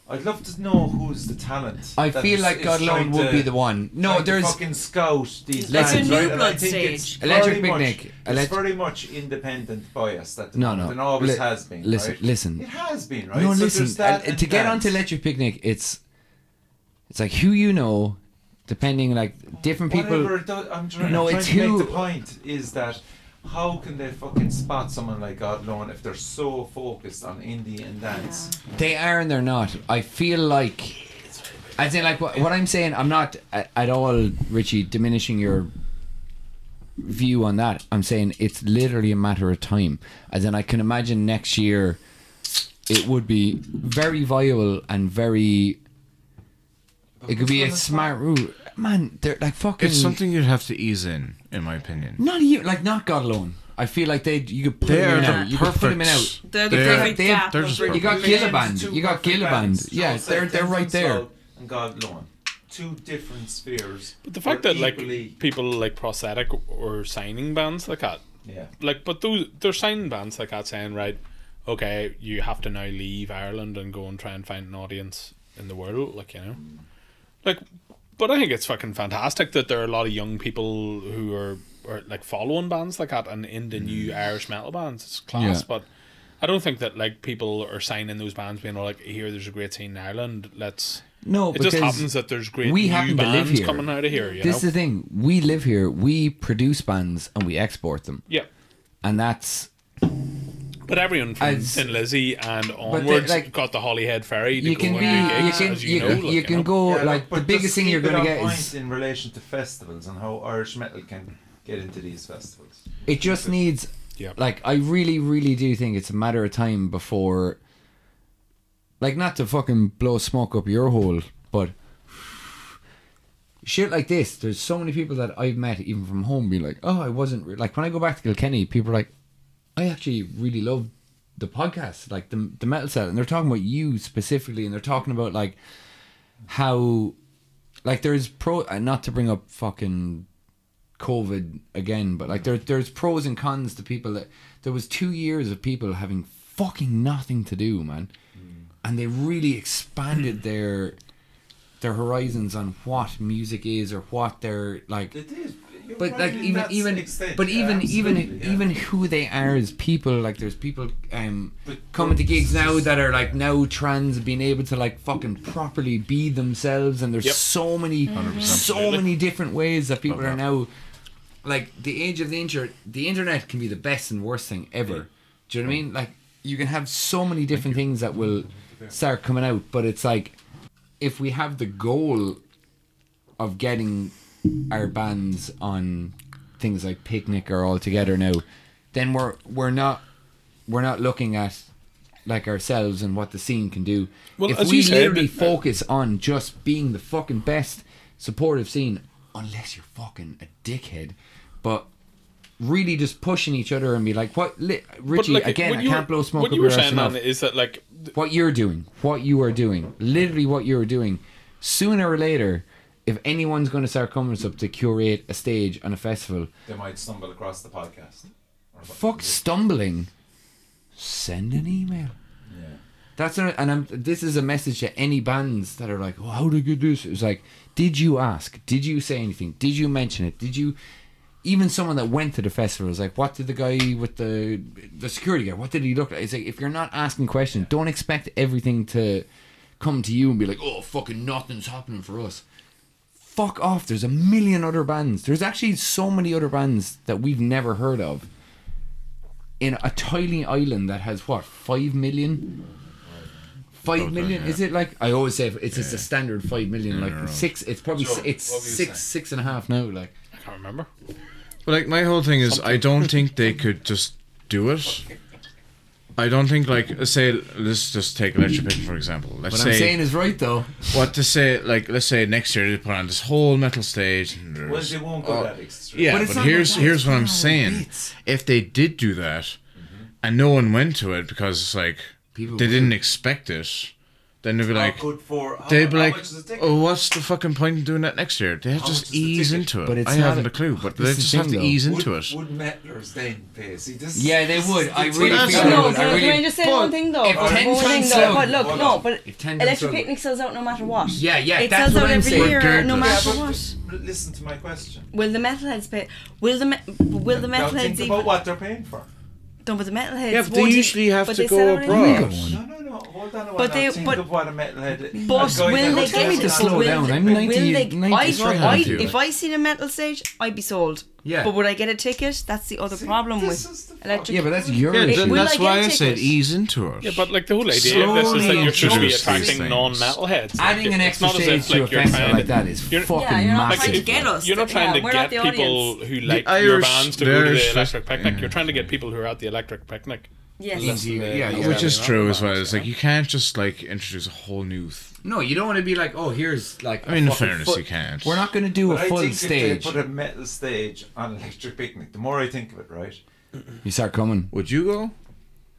[SPEAKER 1] I'd love to know who's the talent.
[SPEAKER 2] I
[SPEAKER 1] that
[SPEAKER 2] feel
[SPEAKER 1] is-
[SPEAKER 2] like
[SPEAKER 1] is
[SPEAKER 2] God alone
[SPEAKER 1] trying
[SPEAKER 2] would
[SPEAKER 1] to-
[SPEAKER 2] be the one. No,
[SPEAKER 1] trying to
[SPEAKER 2] there's
[SPEAKER 1] fucking scout these.
[SPEAKER 3] Like a
[SPEAKER 1] bands,
[SPEAKER 3] new
[SPEAKER 1] right? And I
[SPEAKER 3] blood
[SPEAKER 1] think it's
[SPEAKER 3] stage.
[SPEAKER 1] very
[SPEAKER 2] Electric
[SPEAKER 1] much-
[SPEAKER 2] Picnic, elect-
[SPEAKER 1] It's very much independent bias that
[SPEAKER 2] No, no.
[SPEAKER 1] it always
[SPEAKER 2] Li-
[SPEAKER 1] has been.
[SPEAKER 2] listen,
[SPEAKER 1] right?
[SPEAKER 2] listen.
[SPEAKER 1] It has been right.
[SPEAKER 2] no.
[SPEAKER 1] So
[SPEAKER 2] listen,
[SPEAKER 1] there's that
[SPEAKER 2] uh,
[SPEAKER 1] and
[SPEAKER 2] to get
[SPEAKER 1] that.
[SPEAKER 2] onto Electric Picnic, it's it's like who you know, depending like different
[SPEAKER 1] Whatever
[SPEAKER 2] people.
[SPEAKER 1] it does, I'm trying,
[SPEAKER 2] No,
[SPEAKER 1] I'm
[SPEAKER 2] it's
[SPEAKER 1] trying to
[SPEAKER 2] who-
[SPEAKER 1] make the point is that how can they fucking spot someone like God Lone if they're so focused on indie and dance?
[SPEAKER 2] They are and they're not. I feel like. As in, like what, what I'm saying, I'm not a- at all, Richie, diminishing your view on that. I'm saying it's literally a matter of time. As in, I can imagine next year it would be very viable and very. It could be a smart route. Man, they're like fucking.
[SPEAKER 4] It's something you'd have to ease in, in my opinion.
[SPEAKER 2] Not even like not God alone. I feel like they you could put
[SPEAKER 4] They
[SPEAKER 2] them
[SPEAKER 4] are
[SPEAKER 2] in
[SPEAKER 4] the
[SPEAKER 2] out. You could put them in out.
[SPEAKER 4] perfect.
[SPEAKER 3] They're the
[SPEAKER 4] They're-
[SPEAKER 3] perfect
[SPEAKER 2] they have-
[SPEAKER 3] gap
[SPEAKER 4] they're
[SPEAKER 3] of
[SPEAKER 4] just
[SPEAKER 3] bridge
[SPEAKER 4] perfect.
[SPEAKER 2] You got
[SPEAKER 3] between
[SPEAKER 2] Gilliband.
[SPEAKER 1] Two
[SPEAKER 2] You got
[SPEAKER 1] perfect
[SPEAKER 2] Gilliband.
[SPEAKER 1] bands,
[SPEAKER 2] Yeah,
[SPEAKER 1] Shoals
[SPEAKER 2] they're-
[SPEAKER 1] Like
[SPEAKER 2] they're right
[SPEAKER 1] Thames and
[SPEAKER 2] there.
[SPEAKER 1] Soul And God Lawn. Two different spheres.
[SPEAKER 5] But the fact
[SPEAKER 1] were
[SPEAKER 5] that like
[SPEAKER 1] equally-
[SPEAKER 5] people like prosthetic or signing bands like that,
[SPEAKER 1] Yeah.
[SPEAKER 5] like but those they're signing bands like that saying right, okay, you have to now leave Ireland and go and try and find an audience in the world, like you know, like. But I think it's fucking fantastic that there are a lot of young people who are, are like following bands like that and in the new Irish metal bands. It's class,
[SPEAKER 2] Yeah.
[SPEAKER 5] but I don't think that like people are signing those bands being like, here, there's a great scene in Ireland. Let's.
[SPEAKER 2] No,
[SPEAKER 5] It just
[SPEAKER 2] because
[SPEAKER 5] happens that there's great
[SPEAKER 2] we
[SPEAKER 5] new
[SPEAKER 2] happen to
[SPEAKER 5] bands
[SPEAKER 2] live here.
[SPEAKER 5] coming out of here. You
[SPEAKER 2] This
[SPEAKER 5] know?
[SPEAKER 2] is the thing. We live here. We produce bands and we export them,
[SPEAKER 5] Yeah,
[SPEAKER 2] and that's
[SPEAKER 5] but everyone from
[SPEAKER 2] As-
[SPEAKER 5] Thin Lizzy and
[SPEAKER 2] they-
[SPEAKER 5] onwards
[SPEAKER 2] like-
[SPEAKER 5] got the Hollyhead ferry to
[SPEAKER 2] you
[SPEAKER 5] go
[SPEAKER 2] can
[SPEAKER 5] and
[SPEAKER 2] be.
[SPEAKER 5] do
[SPEAKER 2] You
[SPEAKER 5] gigs,
[SPEAKER 2] can
[SPEAKER 5] as you,
[SPEAKER 2] you,
[SPEAKER 5] know. like,
[SPEAKER 2] you can go
[SPEAKER 1] Yeah,
[SPEAKER 2] like
[SPEAKER 1] but
[SPEAKER 2] the biggest
[SPEAKER 1] just
[SPEAKER 2] thing
[SPEAKER 1] keep
[SPEAKER 2] you're
[SPEAKER 1] it
[SPEAKER 2] gonna
[SPEAKER 1] on
[SPEAKER 2] get
[SPEAKER 1] point
[SPEAKER 2] is
[SPEAKER 1] in relation to festivals and how Irish metal can get into these festivals.
[SPEAKER 2] it just needs
[SPEAKER 5] Yeah.
[SPEAKER 2] like i really really do think it's a matter of time before like not to fucking blow smoke up your hole but shit like this there's so many people that i've met even from home be like oh i wasn't re-. like when i go back to kilkenny people are like i actually really love the podcast like the, the metal set and they're talking about you specifically and they're talking about like how like there's pro uh, not to bring up fucking COVID again, but like there there's pros and cons to people that there was two years of people having fucking nothing to do, man, and they really expanded their their horizons on what music is or what they're like
[SPEAKER 1] It is. You're
[SPEAKER 2] but
[SPEAKER 1] right
[SPEAKER 2] like
[SPEAKER 1] in
[SPEAKER 2] even
[SPEAKER 1] that
[SPEAKER 2] even
[SPEAKER 1] extent,
[SPEAKER 2] but
[SPEAKER 1] yeah,
[SPEAKER 2] even even
[SPEAKER 1] absolutely, yeah.
[SPEAKER 2] even who they are as people like there's people um
[SPEAKER 1] But-
[SPEAKER 2] coming to
[SPEAKER 1] but
[SPEAKER 2] gigs
[SPEAKER 1] it's
[SPEAKER 2] now
[SPEAKER 1] just-
[SPEAKER 2] that are like now trans being able to like fucking properly be themselves and there's
[SPEAKER 5] Yep.
[SPEAKER 2] so many so
[SPEAKER 5] Absolutely.
[SPEAKER 2] many different ways that people
[SPEAKER 4] Love
[SPEAKER 2] are
[SPEAKER 4] that.
[SPEAKER 2] now like the age of the inter the internet can be the best and worst thing ever do you know what I mean like you can have so many different things that will start coming out but it's like if we have the goal of getting our bands on things like Picnic or All Together now, then we're we're not we're not looking at like ourselves and what the scene can do.
[SPEAKER 5] Well,
[SPEAKER 2] if
[SPEAKER 5] as
[SPEAKER 2] we
[SPEAKER 5] you said,
[SPEAKER 2] literally
[SPEAKER 5] uh,
[SPEAKER 2] focus on just being the fucking best supportive scene, unless you're fucking a dickhead, but really just pushing each other and be like, what, li- Richie? again,
[SPEAKER 5] what
[SPEAKER 2] I
[SPEAKER 5] you
[SPEAKER 2] can't
[SPEAKER 5] were-
[SPEAKER 2] blow smoke
[SPEAKER 5] What
[SPEAKER 2] up
[SPEAKER 5] you were
[SPEAKER 2] your ass
[SPEAKER 5] saying,
[SPEAKER 2] enough
[SPEAKER 5] man, is that like th-
[SPEAKER 2] what you're doing, what you are doing, literally what you're doing, sooner or later, if anyone's going to start coming up to curate a stage and a festival,
[SPEAKER 1] They might stumble across the podcast. Or what-
[SPEAKER 2] fuck stumbling, send an email.
[SPEAKER 1] Yeah.
[SPEAKER 2] That's not, and I'm, this is a message to any bands that are like, oh, how did you do this? It was like, did you ask? Did you say anything? Did you mention it? Did you, even someone that went to the festival was like, what did the guy with the the security guy? What did he look like? It's like if you're not asking questions, don't expect everything to come to you and be like, oh, fucking nothing's happening for us. Fuck off. There's a million other bands. There's actually so many other bands that we've never heard of. In a tiny island that has what five million five
[SPEAKER 4] About that,
[SPEAKER 2] million
[SPEAKER 4] yeah.
[SPEAKER 2] is it like i always say it's just a standard five million like
[SPEAKER 4] around.
[SPEAKER 2] six it's probably
[SPEAKER 1] Joe,
[SPEAKER 2] si- it's
[SPEAKER 1] what were you
[SPEAKER 2] six six and a half now like
[SPEAKER 5] I can't remember.
[SPEAKER 4] But like my whole thing is, I don't
[SPEAKER 1] (laughs)
[SPEAKER 4] think they could just do it. I don't think like say let's just take electric picnic for example. Let's
[SPEAKER 2] what
[SPEAKER 4] say
[SPEAKER 2] i'm saying is right though
[SPEAKER 4] what to say like let's say next year they put on this whole metal stage. And
[SPEAKER 1] Well,
[SPEAKER 4] there's
[SPEAKER 1] they won't go
[SPEAKER 4] all-
[SPEAKER 1] that extreme.
[SPEAKER 4] Oh, Yeah,
[SPEAKER 2] But
[SPEAKER 4] but,
[SPEAKER 2] it's not
[SPEAKER 4] here's
[SPEAKER 2] like that,
[SPEAKER 4] here's
[SPEAKER 2] it's
[SPEAKER 4] what
[SPEAKER 2] not
[SPEAKER 4] I'm
[SPEAKER 2] like
[SPEAKER 4] saying.
[SPEAKER 2] bits.
[SPEAKER 4] If they did do that,
[SPEAKER 1] Mm-hmm.
[SPEAKER 4] and no one went to it because it's like
[SPEAKER 2] People
[SPEAKER 4] they
[SPEAKER 2] would.
[SPEAKER 4] didn't expect it, then they'd be like,
[SPEAKER 1] how good for how,
[SPEAKER 4] they'd be
[SPEAKER 1] how
[SPEAKER 4] like,
[SPEAKER 1] much is the ticket?
[SPEAKER 4] oh, what's the fucking point in doing that next year? They have
[SPEAKER 1] How
[SPEAKER 4] to
[SPEAKER 1] much is
[SPEAKER 4] just
[SPEAKER 1] the
[SPEAKER 4] ease
[SPEAKER 1] ticket?
[SPEAKER 4] into it.
[SPEAKER 2] But it's
[SPEAKER 4] I
[SPEAKER 2] not
[SPEAKER 4] haven't
[SPEAKER 2] a-
[SPEAKER 4] a clue, but
[SPEAKER 2] This
[SPEAKER 4] they
[SPEAKER 2] is the
[SPEAKER 4] just have
[SPEAKER 2] thing,
[SPEAKER 4] to
[SPEAKER 2] though.
[SPEAKER 4] ease
[SPEAKER 1] would,
[SPEAKER 4] into it.
[SPEAKER 1] Would metlers then pay? See, this
[SPEAKER 2] Yeah, they
[SPEAKER 1] this
[SPEAKER 2] would.
[SPEAKER 1] is the
[SPEAKER 2] I really
[SPEAKER 1] thing.
[SPEAKER 4] feel
[SPEAKER 3] No,
[SPEAKER 4] Yeah,
[SPEAKER 3] no,
[SPEAKER 4] but
[SPEAKER 3] can,
[SPEAKER 2] I
[SPEAKER 3] I, can
[SPEAKER 2] really-
[SPEAKER 3] I just say
[SPEAKER 4] but
[SPEAKER 3] one thing though?
[SPEAKER 2] if
[SPEAKER 3] One
[SPEAKER 2] 10
[SPEAKER 3] thing
[SPEAKER 2] tons
[SPEAKER 3] though,
[SPEAKER 2] sold-
[SPEAKER 3] but look,
[SPEAKER 1] Hold
[SPEAKER 3] no,
[SPEAKER 1] on.
[SPEAKER 3] but
[SPEAKER 2] If 10 tons
[SPEAKER 3] electric
[SPEAKER 2] sold-
[SPEAKER 3] picnic sells out no matter what.
[SPEAKER 2] Yeah, yeah,
[SPEAKER 3] it
[SPEAKER 2] that's
[SPEAKER 3] sells
[SPEAKER 2] what
[SPEAKER 3] out
[SPEAKER 2] I'm
[SPEAKER 3] every
[SPEAKER 2] saying.
[SPEAKER 3] year, no
[SPEAKER 4] Regardless.
[SPEAKER 1] Yeah, but
[SPEAKER 3] matter what.
[SPEAKER 1] l- Listen to my question.
[SPEAKER 3] Will the metalheads pay? Will the me- will the
[SPEAKER 1] Now
[SPEAKER 3] metalheads
[SPEAKER 1] think
[SPEAKER 3] even?
[SPEAKER 1] about what they're paying for.
[SPEAKER 3] No, but the metalheads.
[SPEAKER 4] Yeah, but they
[SPEAKER 3] won't e-
[SPEAKER 4] usually have
[SPEAKER 3] but
[SPEAKER 4] to
[SPEAKER 3] they sell
[SPEAKER 4] go
[SPEAKER 3] out anyway.
[SPEAKER 4] abroad.
[SPEAKER 1] No, no, no. hold on a while.
[SPEAKER 3] But
[SPEAKER 1] now,
[SPEAKER 3] they-
[SPEAKER 1] think
[SPEAKER 3] but-
[SPEAKER 1] of what a metalhead.
[SPEAKER 3] But
[SPEAKER 1] I'm going down
[SPEAKER 3] will they
[SPEAKER 1] the
[SPEAKER 2] Tell me
[SPEAKER 1] rabbit
[SPEAKER 2] to
[SPEAKER 3] get-
[SPEAKER 1] hole.
[SPEAKER 2] slow
[SPEAKER 3] will
[SPEAKER 2] down. I'm
[SPEAKER 3] they-
[SPEAKER 2] 90,
[SPEAKER 3] will they-
[SPEAKER 2] 93
[SPEAKER 3] I, I,
[SPEAKER 2] now.
[SPEAKER 3] if I seen a metal stage, I'd be sold.
[SPEAKER 2] Yeah.
[SPEAKER 3] But would I get a ticket? That's the other
[SPEAKER 1] See,
[SPEAKER 3] problem
[SPEAKER 1] this is
[SPEAKER 3] with
[SPEAKER 1] the
[SPEAKER 3] electric.
[SPEAKER 2] Yeah, but that's your
[SPEAKER 4] Yeah,
[SPEAKER 3] It-
[SPEAKER 4] then
[SPEAKER 2] issue.
[SPEAKER 3] will
[SPEAKER 4] that's
[SPEAKER 3] I
[SPEAKER 4] why
[SPEAKER 3] get
[SPEAKER 4] I said
[SPEAKER 3] tickets?
[SPEAKER 4] ease into it.
[SPEAKER 5] Yeah, but like the whole idea of this is that
[SPEAKER 2] Slowly
[SPEAKER 5] you're supposed to be
[SPEAKER 4] introduce these
[SPEAKER 5] attracting
[SPEAKER 4] things.
[SPEAKER 5] non-metalheads. Like,
[SPEAKER 2] Adding an
[SPEAKER 5] it's
[SPEAKER 2] extra
[SPEAKER 5] not as
[SPEAKER 2] stage
[SPEAKER 5] if,
[SPEAKER 2] to a
[SPEAKER 5] like, you're
[SPEAKER 2] festival
[SPEAKER 5] trying
[SPEAKER 2] like
[SPEAKER 5] to-
[SPEAKER 2] that is
[SPEAKER 5] you're-
[SPEAKER 2] fucking
[SPEAKER 3] Yeah, you're not
[SPEAKER 2] massive.
[SPEAKER 3] trying to get us.
[SPEAKER 5] You're not
[SPEAKER 3] Yeah,
[SPEAKER 5] trying
[SPEAKER 3] we're
[SPEAKER 5] to
[SPEAKER 3] not
[SPEAKER 5] get
[SPEAKER 3] the
[SPEAKER 5] people
[SPEAKER 3] audience.
[SPEAKER 5] who like your
[SPEAKER 4] Irish-
[SPEAKER 5] bands to
[SPEAKER 4] the
[SPEAKER 5] go to
[SPEAKER 4] Irish
[SPEAKER 5] the
[SPEAKER 4] fest-
[SPEAKER 5] electric picnic. You're
[SPEAKER 4] yeah.
[SPEAKER 5] trying to get people who are at the electric picnic.
[SPEAKER 3] Yes.
[SPEAKER 2] Easier,
[SPEAKER 5] Listen to-
[SPEAKER 2] yeah, yeah.
[SPEAKER 4] Which is
[SPEAKER 5] Yeah.
[SPEAKER 4] true as well. It's like you can't just like introduce a whole new. Th-
[SPEAKER 2] No, you don't want to be like, oh, here's like.
[SPEAKER 4] I mean, in
[SPEAKER 2] fucking
[SPEAKER 4] fairness,
[SPEAKER 2] foot-
[SPEAKER 4] you can't.
[SPEAKER 2] We're not going to do
[SPEAKER 1] But
[SPEAKER 2] a
[SPEAKER 1] I
[SPEAKER 2] full
[SPEAKER 1] think if
[SPEAKER 2] stage.
[SPEAKER 1] they put a metal stage on Electric Picnic, the more I think of it, right?
[SPEAKER 2] You start coming.
[SPEAKER 4] Would you go?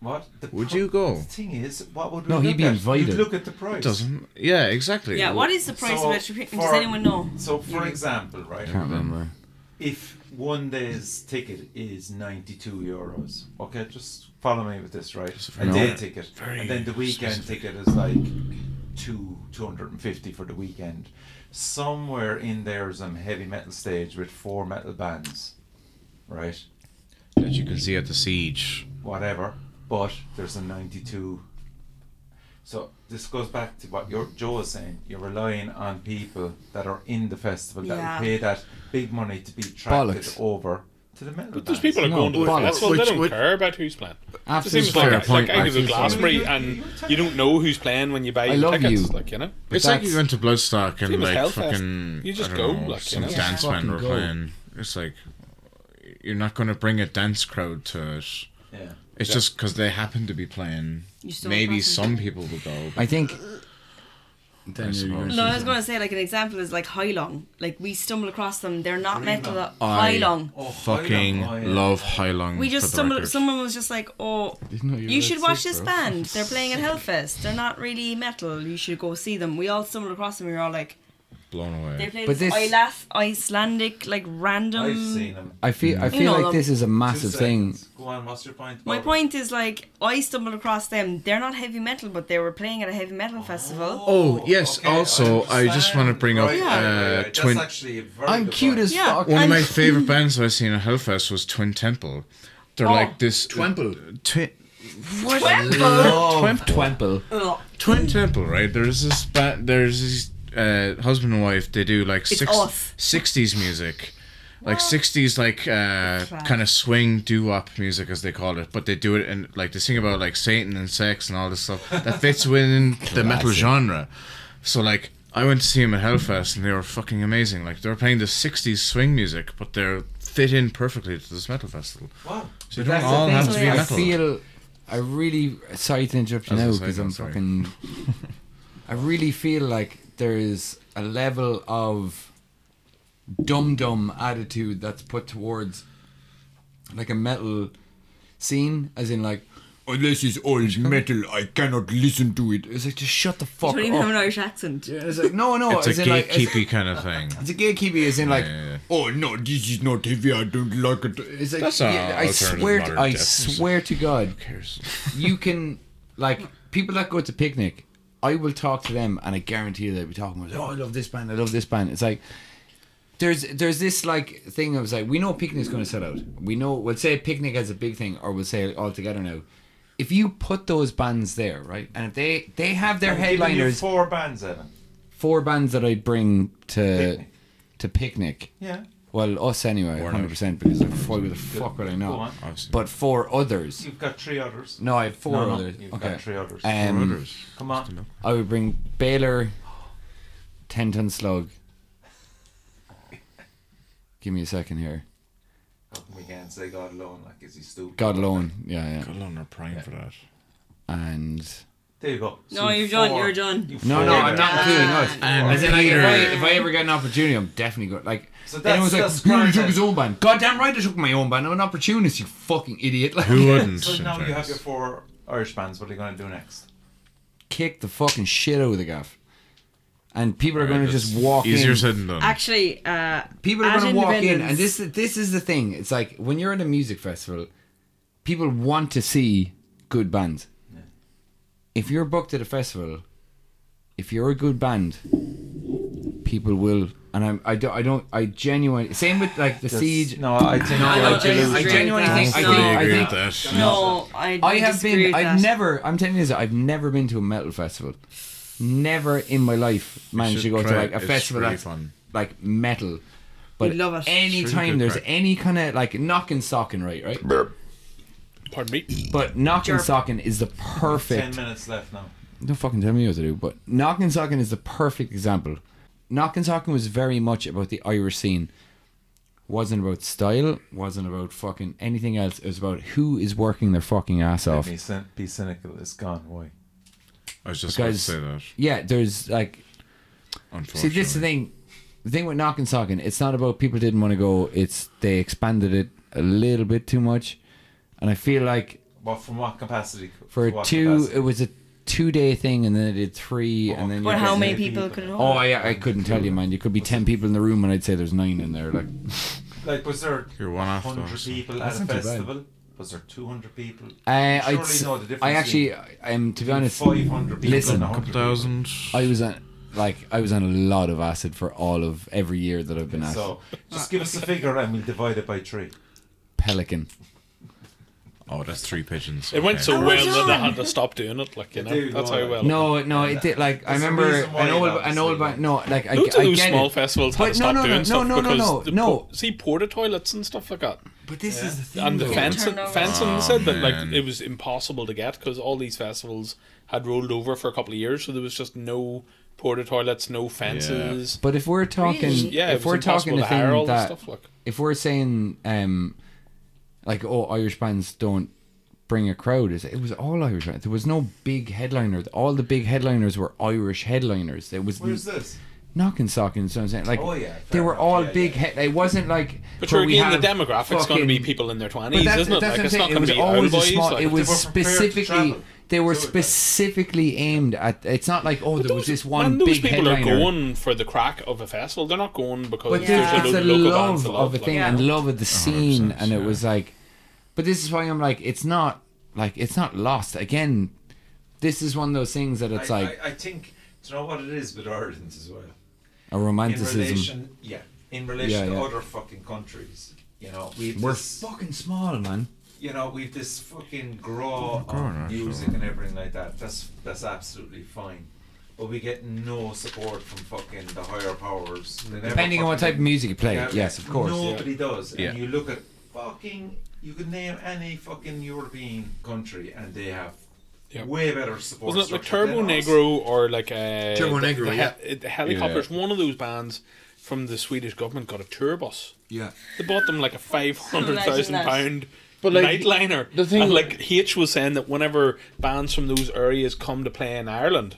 [SPEAKER 1] What? The
[SPEAKER 4] Would
[SPEAKER 1] pro-
[SPEAKER 4] you go?
[SPEAKER 1] The thing is, what would we
[SPEAKER 2] No,
[SPEAKER 1] look
[SPEAKER 2] he'd be
[SPEAKER 1] at?
[SPEAKER 2] invited.
[SPEAKER 1] You'd look at the price.
[SPEAKER 4] Doesn't? Yeah, exactly.
[SPEAKER 3] Yeah, what is the price
[SPEAKER 1] So
[SPEAKER 3] of electric picnic? Does
[SPEAKER 1] for-
[SPEAKER 3] anyone know?
[SPEAKER 1] So, for example, right?
[SPEAKER 2] Can't remember.
[SPEAKER 1] if one day's ticket is 92 euros okay just follow me with this right a
[SPEAKER 2] No.
[SPEAKER 1] day ticket and then the weekend ticket is like two 250 for the weekend somewhere in there is a heavy metal stage with four metal bands right
[SPEAKER 4] that you can see at the siege?
[SPEAKER 1] whatever but there's a 92 so this goes back to what your Joe was saying. You're relying on people that are in the festival that
[SPEAKER 3] Yeah.
[SPEAKER 1] will pay that big money to be attracted
[SPEAKER 2] Bollocks.
[SPEAKER 1] over to the metal.
[SPEAKER 5] Those
[SPEAKER 1] bands.
[SPEAKER 5] people are
[SPEAKER 2] No,
[SPEAKER 5] going to the
[SPEAKER 2] bollocks.
[SPEAKER 5] festival. They
[SPEAKER 4] Which
[SPEAKER 5] don't
[SPEAKER 4] would-
[SPEAKER 5] care about who's playing. It
[SPEAKER 2] Absolutely
[SPEAKER 5] seems like,
[SPEAKER 4] fair
[SPEAKER 5] I-
[SPEAKER 4] point,
[SPEAKER 5] like I give a
[SPEAKER 4] Matthew.
[SPEAKER 5] Glastonbury
[SPEAKER 1] You-
[SPEAKER 5] and
[SPEAKER 1] you-
[SPEAKER 5] you don't know who's playing when you buy
[SPEAKER 2] love
[SPEAKER 5] tickets.
[SPEAKER 2] you.
[SPEAKER 5] Like you know,
[SPEAKER 2] But
[SPEAKER 4] it's like
[SPEAKER 2] that's-
[SPEAKER 4] you went to Bloodstock and
[SPEAKER 5] Same as
[SPEAKER 4] like
[SPEAKER 5] Hellfest.
[SPEAKER 4] fucking.
[SPEAKER 5] You just
[SPEAKER 4] I don't
[SPEAKER 5] go,
[SPEAKER 4] know,
[SPEAKER 5] like, you
[SPEAKER 4] some
[SPEAKER 5] know.
[SPEAKER 4] dance
[SPEAKER 2] Yeah.
[SPEAKER 4] band were
[SPEAKER 2] Fucking go.
[SPEAKER 4] playing. It's like you're not going to bring a dance crowd to it.
[SPEAKER 1] Yeah.
[SPEAKER 4] It's just 'cause just because they happen to be playing.
[SPEAKER 3] You still
[SPEAKER 4] Maybe
[SPEAKER 3] fucking-
[SPEAKER 4] some people will go.
[SPEAKER 2] I think. Then
[SPEAKER 4] suppose.
[SPEAKER 2] you're gonna
[SPEAKER 3] No, I
[SPEAKER 2] see
[SPEAKER 3] was going to say like an example is like Hylong. Like we stumble across them, they're not metal.
[SPEAKER 4] I-
[SPEAKER 3] Hylong.
[SPEAKER 1] Oh,
[SPEAKER 4] fucking
[SPEAKER 1] Hylon, oh, yeah.
[SPEAKER 4] love Hylong.
[SPEAKER 3] We just
[SPEAKER 4] for the
[SPEAKER 3] stumbled.
[SPEAKER 4] record.
[SPEAKER 3] Someone was just like, "Oh,
[SPEAKER 2] Didn't know you
[SPEAKER 3] you
[SPEAKER 2] were
[SPEAKER 3] should
[SPEAKER 2] that
[SPEAKER 3] watch
[SPEAKER 2] sick,
[SPEAKER 3] this
[SPEAKER 2] bro."
[SPEAKER 3] band. They're playing at Hellfest. They're not really metal. You should go see them." We all stumbled across them. We were all like,
[SPEAKER 4] blown
[SPEAKER 3] "They
[SPEAKER 4] away.
[SPEAKER 3] played
[SPEAKER 2] But
[SPEAKER 3] this,
[SPEAKER 2] this-
[SPEAKER 3] Ilas- Icelandic like random."
[SPEAKER 1] I've seen
[SPEAKER 4] Um,
[SPEAKER 1] them.
[SPEAKER 2] I feel. I
[SPEAKER 3] You
[SPEAKER 2] feel
[SPEAKER 3] know
[SPEAKER 2] like
[SPEAKER 3] them.
[SPEAKER 2] this is a
[SPEAKER 1] Two
[SPEAKER 2] massive thing.
[SPEAKER 1] seconds. Go on. What's your point? Oh,
[SPEAKER 3] My
[SPEAKER 1] Barbara?
[SPEAKER 3] point is like I stumbled across them. They're not heavy metal, but they were playing at a heavy metal festival.
[SPEAKER 4] Oh yes.
[SPEAKER 1] okay,
[SPEAKER 4] also, I, just
[SPEAKER 1] understand.
[SPEAKER 4] want to bring up
[SPEAKER 1] Right,
[SPEAKER 3] Oh, Yeah.
[SPEAKER 1] right,
[SPEAKER 4] uh,
[SPEAKER 1] right, right.
[SPEAKER 4] Twin.
[SPEAKER 1] That's actually a very
[SPEAKER 2] I'm
[SPEAKER 1] good
[SPEAKER 2] cute
[SPEAKER 1] point.
[SPEAKER 2] as
[SPEAKER 3] Yeah.
[SPEAKER 2] fuck.
[SPEAKER 4] One of
[SPEAKER 3] And- (laughs)
[SPEAKER 4] my favorite bands that I seen at Hellfest was Twin Temple. They're
[SPEAKER 3] Oh,
[SPEAKER 4] like this. uh,
[SPEAKER 2] Twemple.
[SPEAKER 4] Twin.
[SPEAKER 3] Twemple.
[SPEAKER 2] Twemple.
[SPEAKER 3] Ugh.
[SPEAKER 4] Twin Temple, right? There's this band. There's these uh, husband and wife. They do like
[SPEAKER 3] It's
[SPEAKER 4] six,
[SPEAKER 3] us.
[SPEAKER 4] 60s music, like 60s like uh, kind of swing doo wop music as they call it. But they do it and like they sing about like Satan and sex and all this stuff that fits within the metal genre. So like. I went to see them at Hellfest and they were fucking amazing. Like they were playing the '60s swing music, but they're fit in perfectly to this metal festival.
[SPEAKER 1] Wow.
[SPEAKER 4] So you
[SPEAKER 2] But
[SPEAKER 4] don't all
[SPEAKER 2] that's
[SPEAKER 4] have
[SPEAKER 2] the
[SPEAKER 4] to
[SPEAKER 2] thing.
[SPEAKER 4] be
[SPEAKER 2] I
[SPEAKER 4] metal.
[SPEAKER 2] feel. I really sorry to interrupt you
[SPEAKER 4] That
[SPEAKER 2] now
[SPEAKER 4] was a
[SPEAKER 2] because
[SPEAKER 4] side
[SPEAKER 2] I'm
[SPEAKER 4] note, sorry. (laughs)
[SPEAKER 2] fucking. I really feel like there is a level of dum dum attitude that's put towards like a metal scene, as in like. Unless it's old metal, I cannot listen to it. It's like just shut the fuck
[SPEAKER 3] Don't even have an
[SPEAKER 2] up.
[SPEAKER 3] Irish accent.
[SPEAKER 2] Yeah, It's like no, no.
[SPEAKER 4] it's a
[SPEAKER 2] as in, like, it's-
[SPEAKER 4] gatekeepy kind of thing.
[SPEAKER 2] It's a gatekeeper is in like,
[SPEAKER 4] Yeah, yeah, yeah.
[SPEAKER 2] oh no, this is not heavy. I don't like it. It's like,
[SPEAKER 4] That's not
[SPEAKER 2] yeah, I
[SPEAKER 4] alternative
[SPEAKER 2] swear,
[SPEAKER 4] modern
[SPEAKER 2] to, I
[SPEAKER 4] death music.
[SPEAKER 2] swear to God,
[SPEAKER 4] Who cares?
[SPEAKER 2] you can like people that go to picnic. I will talk to them, and I guarantee you they'll be talking about, oh, I love this band, I love this band. It's like there's there's this like thing of like we know picnic's going to sell out. We know we'll say picnic as a big thing, or we'll say all together now. If you put those bands there, right, and if they they have their
[SPEAKER 1] I'm giving you
[SPEAKER 2] headliners, four,
[SPEAKER 1] Four bands, Evan.
[SPEAKER 2] bands that I bring to
[SPEAKER 1] Picnic.
[SPEAKER 2] to picnic.
[SPEAKER 1] Yeah.
[SPEAKER 2] Well, us anyway,
[SPEAKER 4] Or
[SPEAKER 2] hundred percent, because like, why the fuck would I
[SPEAKER 1] Go
[SPEAKER 2] know?
[SPEAKER 1] on.
[SPEAKER 4] Obviously.
[SPEAKER 2] But four others.
[SPEAKER 1] You've got three others.
[SPEAKER 2] No, I had four
[SPEAKER 1] No, no,
[SPEAKER 2] others.
[SPEAKER 1] you've
[SPEAKER 2] okay.
[SPEAKER 1] got three others.
[SPEAKER 2] Um,
[SPEAKER 1] Come on.
[SPEAKER 2] I would bring Baylor, Ten Ton Slug. Give me a second here.
[SPEAKER 1] We can't say God alone, like is he stupid?
[SPEAKER 2] God alone, yeah, yeah.
[SPEAKER 4] God alone are praying for that.
[SPEAKER 2] And
[SPEAKER 1] There you go.
[SPEAKER 3] No, you're done, you're done.
[SPEAKER 1] You
[SPEAKER 2] no,
[SPEAKER 1] four
[SPEAKER 2] no, I'm
[SPEAKER 1] there.
[SPEAKER 2] not including us.
[SPEAKER 4] And
[SPEAKER 2] As in, like, if
[SPEAKER 4] Peter.
[SPEAKER 2] I, if I ever get an opportunity, I'm definitely going. Like,
[SPEAKER 1] So
[SPEAKER 2] so
[SPEAKER 1] that's-
[SPEAKER 2] anyone's like,
[SPEAKER 1] that's
[SPEAKER 2] who
[SPEAKER 1] grand
[SPEAKER 2] took
[SPEAKER 1] then."
[SPEAKER 2] his own band? Goddamn right, I took my own band. I'm an opportunist, you fucking idiot. Like, (laughs)
[SPEAKER 4] Who wouldn't?
[SPEAKER 1] So
[SPEAKER 4] in
[SPEAKER 1] now you have
[SPEAKER 4] fairness?
[SPEAKER 1] your four Irish bands. What are you going to do next?
[SPEAKER 2] kick the fucking shit out of the gaff. And people are going to
[SPEAKER 4] That's
[SPEAKER 2] just walk
[SPEAKER 4] Easier
[SPEAKER 2] in.
[SPEAKER 4] said than done.
[SPEAKER 3] Actually, uh,
[SPEAKER 2] people are
[SPEAKER 3] at
[SPEAKER 2] going to walk in,
[SPEAKER 3] Independence-
[SPEAKER 2] and this this is the thing. It's like when you're at a music festival, people want to see good bands. If you're booked at a festival, if you're a good band, people will. And I'm, I don't, I don't, I genuinely. Same with like the
[SPEAKER 1] That's-
[SPEAKER 2] siege.
[SPEAKER 1] No, I think
[SPEAKER 2] No,
[SPEAKER 1] you're
[SPEAKER 2] I
[SPEAKER 1] right.
[SPEAKER 2] genu- I genuinely think- I
[SPEAKER 4] I
[SPEAKER 3] No,
[SPEAKER 2] think-
[SPEAKER 4] agree
[SPEAKER 2] I
[SPEAKER 4] with that.
[SPEAKER 3] no, I,
[SPEAKER 2] I have
[SPEAKER 3] disagree
[SPEAKER 2] been.
[SPEAKER 3] with
[SPEAKER 2] I've
[SPEAKER 3] that.
[SPEAKER 2] never. I'm telling you this. I've never been to a metal festival. Never in my life managed to
[SPEAKER 4] should
[SPEAKER 2] go to
[SPEAKER 4] try
[SPEAKER 2] like
[SPEAKER 4] it.
[SPEAKER 2] a
[SPEAKER 4] It's
[SPEAKER 2] festival
[SPEAKER 4] really
[SPEAKER 2] that's
[SPEAKER 4] fun.
[SPEAKER 2] like metal. But
[SPEAKER 3] You'd love it.
[SPEAKER 4] Really
[SPEAKER 2] anytime
[SPEAKER 4] good
[SPEAKER 2] there's
[SPEAKER 4] crack.
[SPEAKER 2] any kind of like knocking socking, right, right.
[SPEAKER 5] Pardon me.
[SPEAKER 2] But knocking
[SPEAKER 3] Jerp.
[SPEAKER 2] socking is the
[SPEAKER 1] Ten
[SPEAKER 2] perfect.
[SPEAKER 1] minutes left now.
[SPEAKER 2] Don't fucking tell me what to do. But knocking socking is the perfect example. Knocking socking was very much about the Irish scene. Wasn't about style. Wasn't about fucking anything else. It was about who is working their fucking ass off.
[SPEAKER 1] Be, cyn- be cynical. It's gone. Why?
[SPEAKER 4] I was just
[SPEAKER 2] Because
[SPEAKER 4] going to say
[SPEAKER 2] yeah, there's like
[SPEAKER 4] that.
[SPEAKER 2] See, this is the
[SPEAKER 4] unfortunately.
[SPEAKER 2] thing. The thing with knock and socking, it's not about people didn't want to go. It's they expanded it a little bit too much, and I feel like
[SPEAKER 1] What from what capacity?
[SPEAKER 2] for
[SPEAKER 1] To what
[SPEAKER 2] two,
[SPEAKER 1] capacity?
[SPEAKER 2] it was a two day thing, and then they did three, and then. you
[SPEAKER 3] But how
[SPEAKER 2] get-
[SPEAKER 3] many people could it hold?
[SPEAKER 2] Oh, I, I couldn't tell you, man. You could be ten people in the room, and I'd say there's nine in there. Like,
[SPEAKER 1] Like, was there
[SPEAKER 4] You're one off, though,
[SPEAKER 1] hundred
[SPEAKER 4] so-
[SPEAKER 1] people at
[SPEAKER 2] That's
[SPEAKER 1] a
[SPEAKER 2] not too bad.
[SPEAKER 1] festival? Was there two hundred people?
[SPEAKER 2] I,
[SPEAKER 1] Surely you
[SPEAKER 2] I'd, s-
[SPEAKER 1] know the difference
[SPEAKER 2] I actually, um, to be honest,
[SPEAKER 1] Five hundred people.
[SPEAKER 2] listen,
[SPEAKER 1] and 100 people.
[SPEAKER 4] thousand.
[SPEAKER 2] I was on, like, I was on a lot of acid for all of every year that I've been at
[SPEAKER 1] So just give us a figure and we'll divide it by three.
[SPEAKER 2] Pelican.
[SPEAKER 4] Oh, that's three pigeons.
[SPEAKER 5] It went
[SPEAKER 4] okay.
[SPEAKER 5] so
[SPEAKER 3] Oh,
[SPEAKER 5] well that I
[SPEAKER 3] John.
[SPEAKER 5] had to stop doing it. Like you
[SPEAKER 1] They
[SPEAKER 5] know,
[SPEAKER 1] do
[SPEAKER 5] that's
[SPEAKER 1] go
[SPEAKER 5] how
[SPEAKER 1] like
[SPEAKER 5] well.
[SPEAKER 2] No, no, it did. Like I
[SPEAKER 1] There's a
[SPEAKER 2] remember,
[SPEAKER 1] reason why
[SPEAKER 2] I know,
[SPEAKER 1] it
[SPEAKER 2] about, I know
[SPEAKER 1] obviously
[SPEAKER 2] about. No, like I,
[SPEAKER 5] Loads of
[SPEAKER 2] I
[SPEAKER 5] those
[SPEAKER 2] get
[SPEAKER 5] small
[SPEAKER 2] it.
[SPEAKER 5] festivals had
[SPEAKER 2] But
[SPEAKER 5] to stop
[SPEAKER 2] no, no,
[SPEAKER 5] doing
[SPEAKER 2] no,
[SPEAKER 5] stuff
[SPEAKER 2] no, no,
[SPEAKER 5] because
[SPEAKER 2] no,
[SPEAKER 5] the
[SPEAKER 2] no.
[SPEAKER 5] po- see porta toilets and stuff like that.
[SPEAKER 2] But this is the thing.
[SPEAKER 5] And the
[SPEAKER 2] though.
[SPEAKER 5] fence,
[SPEAKER 3] Turned over.
[SPEAKER 5] fencing
[SPEAKER 4] Oh,
[SPEAKER 5] said that like
[SPEAKER 4] man.
[SPEAKER 5] it was impossible to get because all these festivals had rolled over for a couple of years, so there was just no porta toilets, no fences.
[SPEAKER 2] But if we're talking,
[SPEAKER 3] Really?
[SPEAKER 5] Yeah, it
[SPEAKER 2] if
[SPEAKER 5] was
[SPEAKER 2] we're talking
[SPEAKER 5] impossible
[SPEAKER 2] a
[SPEAKER 5] to hire
[SPEAKER 2] thing
[SPEAKER 5] all this
[SPEAKER 2] that,
[SPEAKER 5] stuff. Like
[SPEAKER 2] if we're saying, um, like oh, Irish bands don't bring a crowd, it's- it was all Irish bands. There was no big headliner. All the big headliners were Irish headliners. It was
[SPEAKER 1] Where's this?
[SPEAKER 2] knocking socking. So I'm saying, like,
[SPEAKER 1] Oh, yeah,
[SPEAKER 2] they
[SPEAKER 1] fair
[SPEAKER 2] were
[SPEAKER 1] enough.
[SPEAKER 2] all
[SPEAKER 1] Yeah,
[SPEAKER 2] big. Head- it wasn't like.
[SPEAKER 5] But
[SPEAKER 2] where
[SPEAKER 5] you're
[SPEAKER 2] we
[SPEAKER 5] again, the
[SPEAKER 2] have
[SPEAKER 5] demographics going to be
[SPEAKER 2] fucking-
[SPEAKER 5] people in their
[SPEAKER 2] But
[SPEAKER 5] twenties,
[SPEAKER 2] that's,
[SPEAKER 5] isn't it?
[SPEAKER 2] that's
[SPEAKER 5] Like
[SPEAKER 2] what
[SPEAKER 5] it's
[SPEAKER 2] I'm
[SPEAKER 5] not
[SPEAKER 2] saying.
[SPEAKER 5] going to
[SPEAKER 2] it
[SPEAKER 5] be
[SPEAKER 2] was always a
[SPEAKER 5] old boys.
[SPEAKER 2] small.
[SPEAKER 5] like,
[SPEAKER 2] it was
[SPEAKER 1] they were prepared to
[SPEAKER 2] specifically
[SPEAKER 1] travel.
[SPEAKER 2] they were
[SPEAKER 1] So it-
[SPEAKER 2] specifically aimed at. It's not like oh, there was this one
[SPEAKER 5] and those
[SPEAKER 2] big
[SPEAKER 5] people
[SPEAKER 2] headliner.
[SPEAKER 5] are going for the crack of a festival. They're not going because
[SPEAKER 2] but
[SPEAKER 3] Yeah.
[SPEAKER 5] there's
[SPEAKER 2] there's
[SPEAKER 5] a
[SPEAKER 2] it's a
[SPEAKER 5] load of local bands
[SPEAKER 2] love
[SPEAKER 5] that
[SPEAKER 2] of a
[SPEAKER 5] like-
[SPEAKER 2] thing
[SPEAKER 3] Yeah.
[SPEAKER 2] and love of the scene,
[SPEAKER 4] 100%,
[SPEAKER 2] and it
[SPEAKER 4] yeah.
[SPEAKER 2] was like. But this is why I'm like, it's not like it's not lost again. This is one of those things that it's
[SPEAKER 1] I,
[SPEAKER 2] like
[SPEAKER 1] I, I think do you know what it is with Ireland as well.
[SPEAKER 2] a
[SPEAKER 1] In
[SPEAKER 2] romanticism.
[SPEAKER 1] relation, yeah, in relation
[SPEAKER 2] Yeah,
[SPEAKER 1] to
[SPEAKER 2] yeah.
[SPEAKER 1] other fucking countries, you know, we've
[SPEAKER 2] We're
[SPEAKER 1] this,
[SPEAKER 2] fucking small, man.
[SPEAKER 1] you know, we've this fucking grow
[SPEAKER 4] Grow on
[SPEAKER 1] on
[SPEAKER 4] our
[SPEAKER 1] music
[SPEAKER 4] shore.
[SPEAKER 1] and everything like that. That's that's absolutely fine. But we get no support from fucking the higher powers. They never
[SPEAKER 2] Depending on what
[SPEAKER 1] fucking-
[SPEAKER 2] type of music you play,
[SPEAKER 1] Yeah,
[SPEAKER 2] yes, of course.
[SPEAKER 1] Nobody does.
[SPEAKER 4] Yeah.
[SPEAKER 1] And you look at fucking, you could name any fucking European country and they have
[SPEAKER 5] Yeah.
[SPEAKER 1] way better support.
[SPEAKER 5] Wasn't it like
[SPEAKER 1] structure
[SPEAKER 5] Turbo
[SPEAKER 1] than us.
[SPEAKER 5] Negro or like uh,
[SPEAKER 2] Turbo
[SPEAKER 5] the-
[SPEAKER 2] Negro,
[SPEAKER 5] The, he-
[SPEAKER 2] yeah.
[SPEAKER 5] uh, the helicopters. One of those bands from the Swedish government got a tour bus.
[SPEAKER 2] Yeah.
[SPEAKER 5] They bought them like a five hundred
[SPEAKER 3] Imagine
[SPEAKER 5] thousand
[SPEAKER 3] that.
[SPEAKER 5] pound
[SPEAKER 4] But, like,
[SPEAKER 5] nightliner.
[SPEAKER 4] the thing-
[SPEAKER 5] and like H was saying that whenever bands from those areas come to play in Ireland,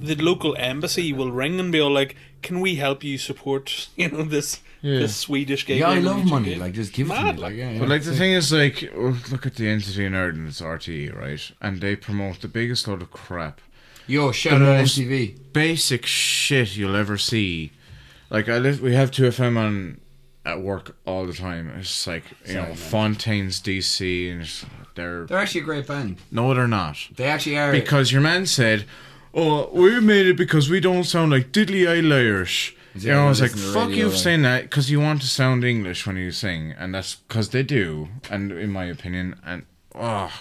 [SPEAKER 5] the local embassy will ring and be all like, "Can we help you support (laughs) you know this this Swedish gig?"
[SPEAKER 2] Yeah, I
[SPEAKER 5] or
[SPEAKER 2] love
[SPEAKER 5] Norwegian
[SPEAKER 2] money.
[SPEAKER 5] gig?"
[SPEAKER 2] Like, just give it to me.
[SPEAKER 5] Mad,
[SPEAKER 2] Like, yeah, yeah.
[SPEAKER 4] But like the thing is, like, oh, look at the entity in Ireland. It's RTE, right? And they promote the biggest load of crap,
[SPEAKER 2] Yo, shout
[SPEAKER 4] The
[SPEAKER 2] out
[SPEAKER 4] most-
[SPEAKER 2] MTV.
[SPEAKER 4] basic shit you'll ever see. Like I live, we have two FM on at work all the time. It's just like you know, Fontaine's DC, and it's- they're
[SPEAKER 2] They're actually a great band.
[SPEAKER 4] no, they're not.
[SPEAKER 2] They actually are.
[SPEAKER 4] Because your man said, "Oh, we made it because we don't sound like diddly eyed Irish."
[SPEAKER 2] Yeah,
[SPEAKER 4] you know, I
[SPEAKER 2] you
[SPEAKER 4] was like,
[SPEAKER 2] listen to
[SPEAKER 4] "Fuck
[SPEAKER 2] radio,
[SPEAKER 4] you for
[SPEAKER 2] like-
[SPEAKER 4] saying that," because you want to sound English when you sing, and that's because they do, and in my opinion, and oh,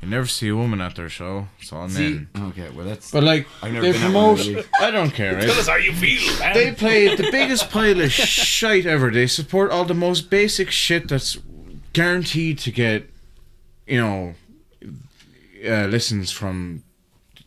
[SPEAKER 4] you never see a woman at their show. It's all men.
[SPEAKER 2] okay, well that's.
[SPEAKER 4] But like,
[SPEAKER 2] I've never
[SPEAKER 4] they
[SPEAKER 2] been at one of
[SPEAKER 4] promote.
[SPEAKER 2] these.
[SPEAKER 4] I don't
[SPEAKER 2] (laughs)
[SPEAKER 4] care.
[SPEAKER 5] Tell us
[SPEAKER 4] Right?
[SPEAKER 5] how you feel, man.
[SPEAKER 4] They play the biggest pile of shite ever. They support all the most basic shit that's guaranteed to get, you know, uh, listens from.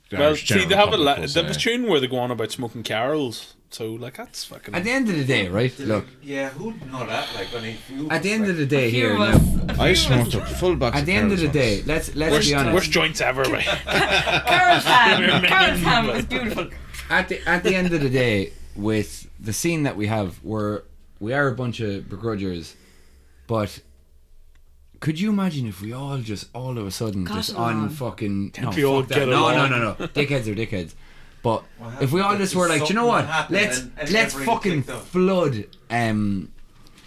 [SPEAKER 4] the
[SPEAKER 5] Well,
[SPEAKER 4] Irish
[SPEAKER 5] see, they
[SPEAKER 4] general
[SPEAKER 5] have a
[SPEAKER 4] public,
[SPEAKER 5] la-
[SPEAKER 4] we'll
[SPEAKER 5] they have a
[SPEAKER 4] say.
[SPEAKER 5] tune where they go on about smoking carols. So like that's fucking.
[SPEAKER 2] at the end of the day, right? Look,
[SPEAKER 1] Yeah, who'd know that? Like, when he,
[SPEAKER 2] at the end of the day
[SPEAKER 3] Few
[SPEAKER 2] here.
[SPEAKER 3] of
[SPEAKER 2] Now,
[SPEAKER 3] us-
[SPEAKER 4] I smoked a full box.
[SPEAKER 2] at the end of the day, let's let's
[SPEAKER 5] worst,
[SPEAKER 2] be honest.
[SPEAKER 5] worst joints ever. Right? (laughs)
[SPEAKER 3] Carol's ham. Carol's ham was beautiful.
[SPEAKER 2] At the at the end of the day, with the scene that we have, we're we are a bunch of begrudgers, but. Could you imagine if we all just all of a sudden
[SPEAKER 3] Got
[SPEAKER 2] just on
[SPEAKER 3] along.
[SPEAKER 2] fucking no,
[SPEAKER 5] we all
[SPEAKER 2] fuck that.
[SPEAKER 5] get
[SPEAKER 2] no no
[SPEAKER 4] (laughs)
[SPEAKER 5] along?
[SPEAKER 2] no no dickheads are dickheads, but
[SPEAKER 1] Well,
[SPEAKER 2] if we all
[SPEAKER 1] if
[SPEAKER 2] just were like, "Do you know what?
[SPEAKER 1] something happened
[SPEAKER 2] Let's
[SPEAKER 1] and- and
[SPEAKER 2] let's
[SPEAKER 1] everything
[SPEAKER 2] fucking
[SPEAKER 1] clicked up."
[SPEAKER 2] flood um,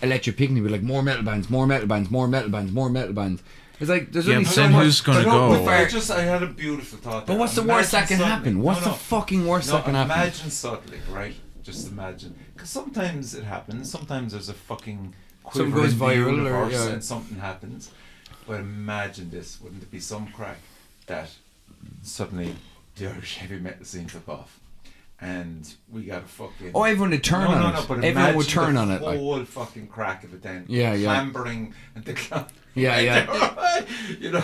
[SPEAKER 2] Electric Picnic with like more metal bands, more metal bands, more metal bands, more metal bands." It's like there's
[SPEAKER 4] Yeah,
[SPEAKER 2] only
[SPEAKER 4] but
[SPEAKER 2] so
[SPEAKER 4] then
[SPEAKER 2] much.
[SPEAKER 4] who's gonna
[SPEAKER 2] there's no-
[SPEAKER 4] go?
[SPEAKER 2] if
[SPEAKER 1] I
[SPEAKER 2] I-
[SPEAKER 1] just, I had a beautiful thought.
[SPEAKER 2] But
[SPEAKER 1] there.
[SPEAKER 2] what's the worst that
[SPEAKER 1] Imagine
[SPEAKER 2] can happen?
[SPEAKER 1] suddenly-
[SPEAKER 2] What's
[SPEAKER 1] no,
[SPEAKER 2] the
[SPEAKER 1] no,
[SPEAKER 2] fucking worst
[SPEAKER 1] no,
[SPEAKER 2] that can happen?
[SPEAKER 1] Imagine suddenly, right? Just imagine, because sometimes it happens. Sometimes there's a fucking quiver
[SPEAKER 2] Something goes
[SPEAKER 1] in the
[SPEAKER 2] viral or-
[SPEAKER 1] universe
[SPEAKER 2] yeah.
[SPEAKER 1] and something happens. But imagine this, wouldn't it be some crack that suddenly the Irish heavy metal scene took off, and we got a fucking
[SPEAKER 2] Oh, everyone would turn
[SPEAKER 1] no,
[SPEAKER 2] on
[SPEAKER 1] no, no,
[SPEAKER 2] it.
[SPEAKER 1] but
[SPEAKER 2] everyone would
[SPEAKER 1] imagine
[SPEAKER 2] turn
[SPEAKER 1] the
[SPEAKER 2] on it. Like,
[SPEAKER 1] Whole fucking crack of it then.
[SPEAKER 2] Yeah, yeah.
[SPEAKER 1] Clambering and the (laughs)
[SPEAKER 2] Yeah,
[SPEAKER 1] yeah. you know,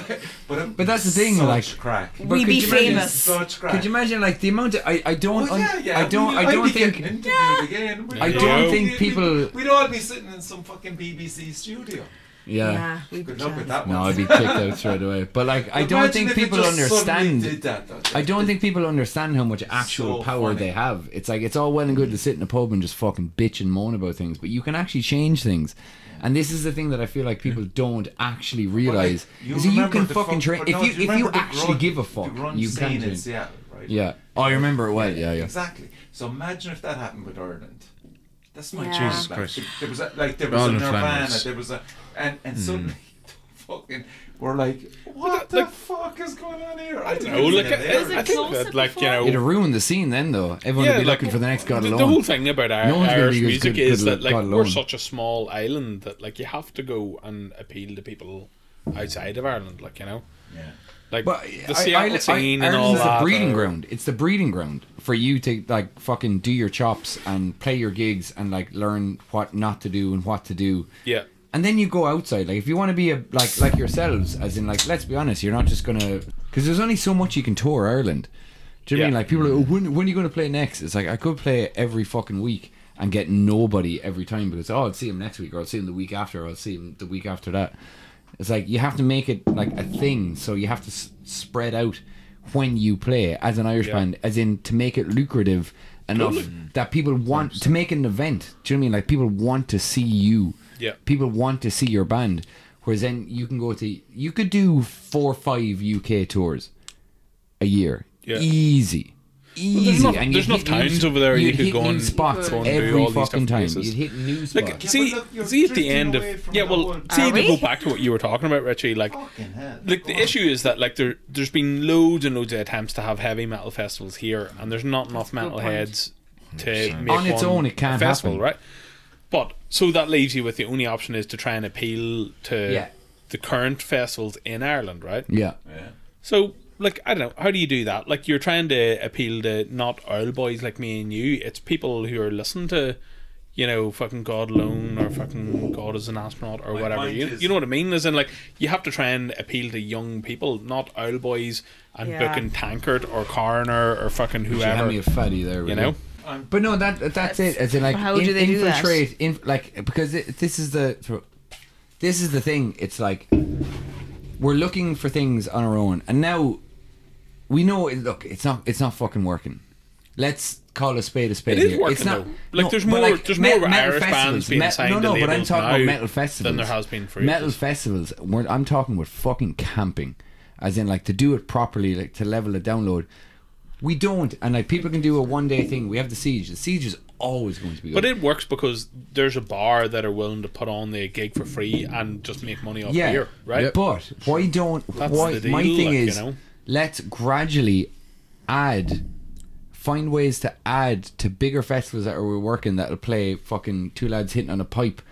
[SPEAKER 1] but it-
[SPEAKER 2] But that's the thing,
[SPEAKER 1] such
[SPEAKER 2] like-
[SPEAKER 1] crack.
[SPEAKER 2] But
[SPEAKER 3] we
[SPEAKER 2] could
[SPEAKER 3] be
[SPEAKER 2] you imagine-
[SPEAKER 3] famous.
[SPEAKER 1] Such crack.
[SPEAKER 2] could you imagine like the amount? Of, I I don't
[SPEAKER 1] Oh, yeah,
[SPEAKER 2] un-
[SPEAKER 1] yeah.
[SPEAKER 2] I don't
[SPEAKER 1] we,
[SPEAKER 2] I don't
[SPEAKER 1] I'd be
[SPEAKER 2] think
[SPEAKER 1] getting interviewed again. We'd
[SPEAKER 2] I
[SPEAKER 1] be-
[SPEAKER 5] don't
[SPEAKER 2] think
[SPEAKER 1] we'd-
[SPEAKER 2] people-
[SPEAKER 1] We'd, we'd all be sitting in some fucking BBC studio.
[SPEAKER 2] yeah.
[SPEAKER 3] we'd
[SPEAKER 1] Good luck with
[SPEAKER 3] chatting.
[SPEAKER 1] that one.
[SPEAKER 2] No, I'd be kicked out straight away. But like, I don't
[SPEAKER 1] Imagine
[SPEAKER 2] think
[SPEAKER 1] if it
[SPEAKER 2] people
[SPEAKER 1] just suddenly Did
[SPEAKER 2] understand.
[SPEAKER 1] that, though.
[SPEAKER 2] I don't think people understand how much actual
[SPEAKER 1] so
[SPEAKER 2] power
[SPEAKER 1] funny.
[SPEAKER 2] they have. It's like it's all well and good to sit in a pub and just fucking bitch and moan about things, but you can actually change things. And this is the thing that I feel like people don't actually realize
[SPEAKER 1] you
[SPEAKER 2] is that you
[SPEAKER 1] remember
[SPEAKER 2] can
[SPEAKER 1] the
[SPEAKER 2] fucking
[SPEAKER 1] fuck-
[SPEAKER 2] train.
[SPEAKER 1] but
[SPEAKER 2] If
[SPEAKER 1] no,
[SPEAKER 2] you
[SPEAKER 1] do
[SPEAKER 2] if you
[SPEAKER 1] remember the
[SPEAKER 2] actually
[SPEAKER 1] grunge-
[SPEAKER 2] give a
[SPEAKER 1] the
[SPEAKER 2] fuck,
[SPEAKER 1] grunge
[SPEAKER 2] you
[SPEAKER 1] scene
[SPEAKER 2] can
[SPEAKER 1] in
[SPEAKER 2] change.
[SPEAKER 1] Seattle, right?
[SPEAKER 2] Yeah. Oh, I remember it well. Yeah, yeah.
[SPEAKER 1] Exactly. So imagine if that happened with Ireland. That's my
[SPEAKER 3] Yeah.
[SPEAKER 1] dream.
[SPEAKER 4] Jesus
[SPEAKER 1] like,
[SPEAKER 4] Christ.
[SPEAKER 1] There was a, like there was
[SPEAKER 4] All
[SPEAKER 1] a
[SPEAKER 4] in
[SPEAKER 1] Nirvana.
[SPEAKER 4] Flanders.
[SPEAKER 1] There was a and and suddenly (laughs) fucking we're like, what the fuck is going on here? I
[SPEAKER 5] You
[SPEAKER 1] don't
[SPEAKER 5] know, like,
[SPEAKER 1] get
[SPEAKER 5] I,
[SPEAKER 1] there.
[SPEAKER 5] Oh, I think
[SPEAKER 3] closer
[SPEAKER 5] that, like, you
[SPEAKER 3] before?
[SPEAKER 5] know,
[SPEAKER 2] It'd have ruined the scene then, though. Everyone would be
[SPEAKER 5] like,
[SPEAKER 2] looking for the next God
[SPEAKER 5] the,
[SPEAKER 2] alone.
[SPEAKER 5] The whole thing about our,
[SPEAKER 2] No one's gonna
[SPEAKER 5] Irish
[SPEAKER 2] be as
[SPEAKER 5] music
[SPEAKER 2] good-
[SPEAKER 5] is
[SPEAKER 2] good
[SPEAKER 5] that
[SPEAKER 2] with
[SPEAKER 5] like
[SPEAKER 2] God
[SPEAKER 5] we're
[SPEAKER 2] alone.
[SPEAKER 5] such a small island that like you have to go and appeal to people outside of Ireland, like you know,
[SPEAKER 1] Yeah.
[SPEAKER 5] like
[SPEAKER 2] But
[SPEAKER 5] the
[SPEAKER 2] I-
[SPEAKER 5] Seattle
[SPEAKER 2] I-
[SPEAKER 5] scene
[SPEAKER 2] I-
[SPEAKER 5] and all
[SPEAKER 2] Ireland's
[SPEAKER 5] that.
[SPEAKER 2] the breeding
[SPEAKER 5] uh,
[SPEAKER 2] ground. It's the breeding ground for you to like fucking do your chops and play your gigs and like learn what not to do and what to do.
[SPEAKER 5] Yeah.
[SPEAKER 2] And then you go outside. Like if you want to be a like like yourselves, as in like let's be honest, you're not just gonna because there's only so much you can tour Ireland. Do you know what I mean?
[SPEAKER 5] Yeah.
[SPEAKER 2] Like people are like, "Oh, when when are you gonna play next? It's like I could play every fucking week and get nobody every time because oh I'll see him next week or I'll see him the week after or I'll see him the week after that. It's like you have to make it like a thing, so you have to s- spread out when you play as an Irish
[SPEAKER 5] Yeah.
[SPEAKER 2] band, as in to make it lucrative enough that people want to make it an event. Do you know what I mean? Like people want to see you.
[SPEAKER 5] Yeah.
[SPEAKER 2] People want to see your band. Whereas then you can go to you could do four or five UK tours a year.
[SPEAKER 5] Yeah.
[SPEAKER 2] Easy. Easy.
[SPEAKER 5] enough-
[SPEAKER 2] and you'd
[SPEAKER 5] there's enough
[SPEAKER 2] hit new
[SPEAKER 5] towns
[SPEAKER 2] s-
[SPEAKER 5] over there you
[SPEAKER 2] you'd
[SPEAKER 5] could
[SPEAKER 2] hit
[SPEAKER 5] go
[SPEAKER 2] new
[SPEAKER 5] and-
[SPEAKER 2] spots
[SPEAKER 5] go and do
[SPEAKER 2] every
[SPEAKER 5] all these
[SPEAKER 2] fucking
[SPEAKER 5] different
[SPEAKER 2] time.
[SPEAKER 5] places.
[SPEAKER 2] You'd hit new spots.
[SPEAKER 5] Like,
[SPEAKER 1] but
[SPEAKER 5] see,
[SPEAKER 1] look, you're
[SPEAKER 5] see at the
[SPEAKER 1] drifting
[SPEAKER 5] end of
[SPEAKER 1] away from
[SPEAKER 5] yeah.
[SPEAKER 1] the
[SPEAKER 5] Well,
[SPEAKER 1] whole-
[SPEAKER 5] see
[SPEAKER 3] Are
[SPEAKER 5] to go
[SPEAKER 3] we?
[SPEAKER 5] back to what you were talking about, Richie. Like,
[SPEAKER 1] Fucking hell.
[SPEAKER 5] like the
[SPEAKER 1] Go on.
[SPEAKER 5] issue is that like there, there's been loads and loads of attempts to have heavy metal festivals here, and there's not enough metal
[SPEAKER 3] point.
[SPEAKER 5] heads to make
[SPEAKER 2] On its
[SPEAKER 5] one
[SPEAKER 2] own, it can't
[SPEAKER 5] a festival,
[SPEAKER 2] happen.
[SPEAKER 5] right? But so that leaves you with the only option is to try and appeal to
[SPEAKER 2] Yeah.
[SPEAKER 5] the current festivals in Ireland, right?
[SPEAKER 2] yeah.
[SPEAKER 1] Yeah.
[SPEAKER 5] So, like, I don't know, how do you do that? Like, you're trying to appeal to not oil boys like me and you. It's people who are listening to, you know, fucking God alone or fucking God is an astronaut or whatever.
[SPEAKER 1] point
[SPEAKER 5] You,
[SPEAKER 1] is-
[SPEAKER 5] you know what I mean? As in, like, you have to try and appeal to young people, not oil boys and
[SPEAKER 3] Yeah.
[SPEAKER 5] fucking Tankard or Coroner or fucking
[SPEAKER 2] She had
[SPEAKER 5] whoever.
[SPEAKER 2] me a fatty there.
[SPEAKER 5] You
[SPEAKER 2] really.
[SPEAKER 5] know?
[SPEAKER 2] But no, that that's, it. As in, like,
[SPEAKER 3] But Um, how do
[SPEAKER 2] in-
[SPEAKER 3] they do that?
[SPEAKER 2] infiltrate? In, like, because it, this is the this is the thing. It's like we're looking for things on our own, and now we know. it- Look, it's not it's not fucking working. Let's call a spade a spade.
[SPEAKER 5] It is
[SPEAKER 2] here.
[SPEAKER 5] working
[SPEAKER 2] it's not
[SPEAKER 5] though. Like
[SPEAKER 2] no,
[SPEAKER 5] there's
[SPEAKER 2] but
[SPEAKER 5] more,
[SPEAKER 2] like,
[SPEAKER 5] there's
[SPEAKER 2] me-
[SPEAKER 5] more
[SPEAKER 2] metal
[SPEAKER 5] Irish bands
[SPEAKER 2] festivals,
[SPEAKER 5] being
[SPEAKER 2] me-
[SPEAKER 5] signed
[SPEAKER 2] No, no,
[SPEAKER 5] to
[SPEAKER 2] but I'm
[SPEAKER 5] labels
[SPEAKER 2] talking about
[SPEAKER 5] now
[SPEAKER 2] metal festivals.
[SPEAKER 5] than there has been for
[SPEAKER 2] metal
[SPEAKER 5] years.
[SPEAKER 2] festivals. We're, I'm talking with fucking camping, as in like to do it properly, like to level the download. We don't, and like people can do a one day thing. We have the siege. The siege is always going to be. Good.
[SPEAKER 5] But it works because there's a bar that are willing to put on the gig for free and just make money off
[SPEAKER 2] yeah,
[SPEAKER 5] beer, right?
[SPEAKER 2] But why don't?
[SPEAKER 5] That's
[SPEAKER 2] why
[SPEAKER 5] the deal,
[SPEAKER 2] my thing
[SPEAKER 5] like, you
[SPEAKER 2] is,
[SPEAKER 5] know?
[SPEAKER 2] let's gradually add, find ways to add to bigger festivals that are working that'll play fucking two lads hitting on a pipe.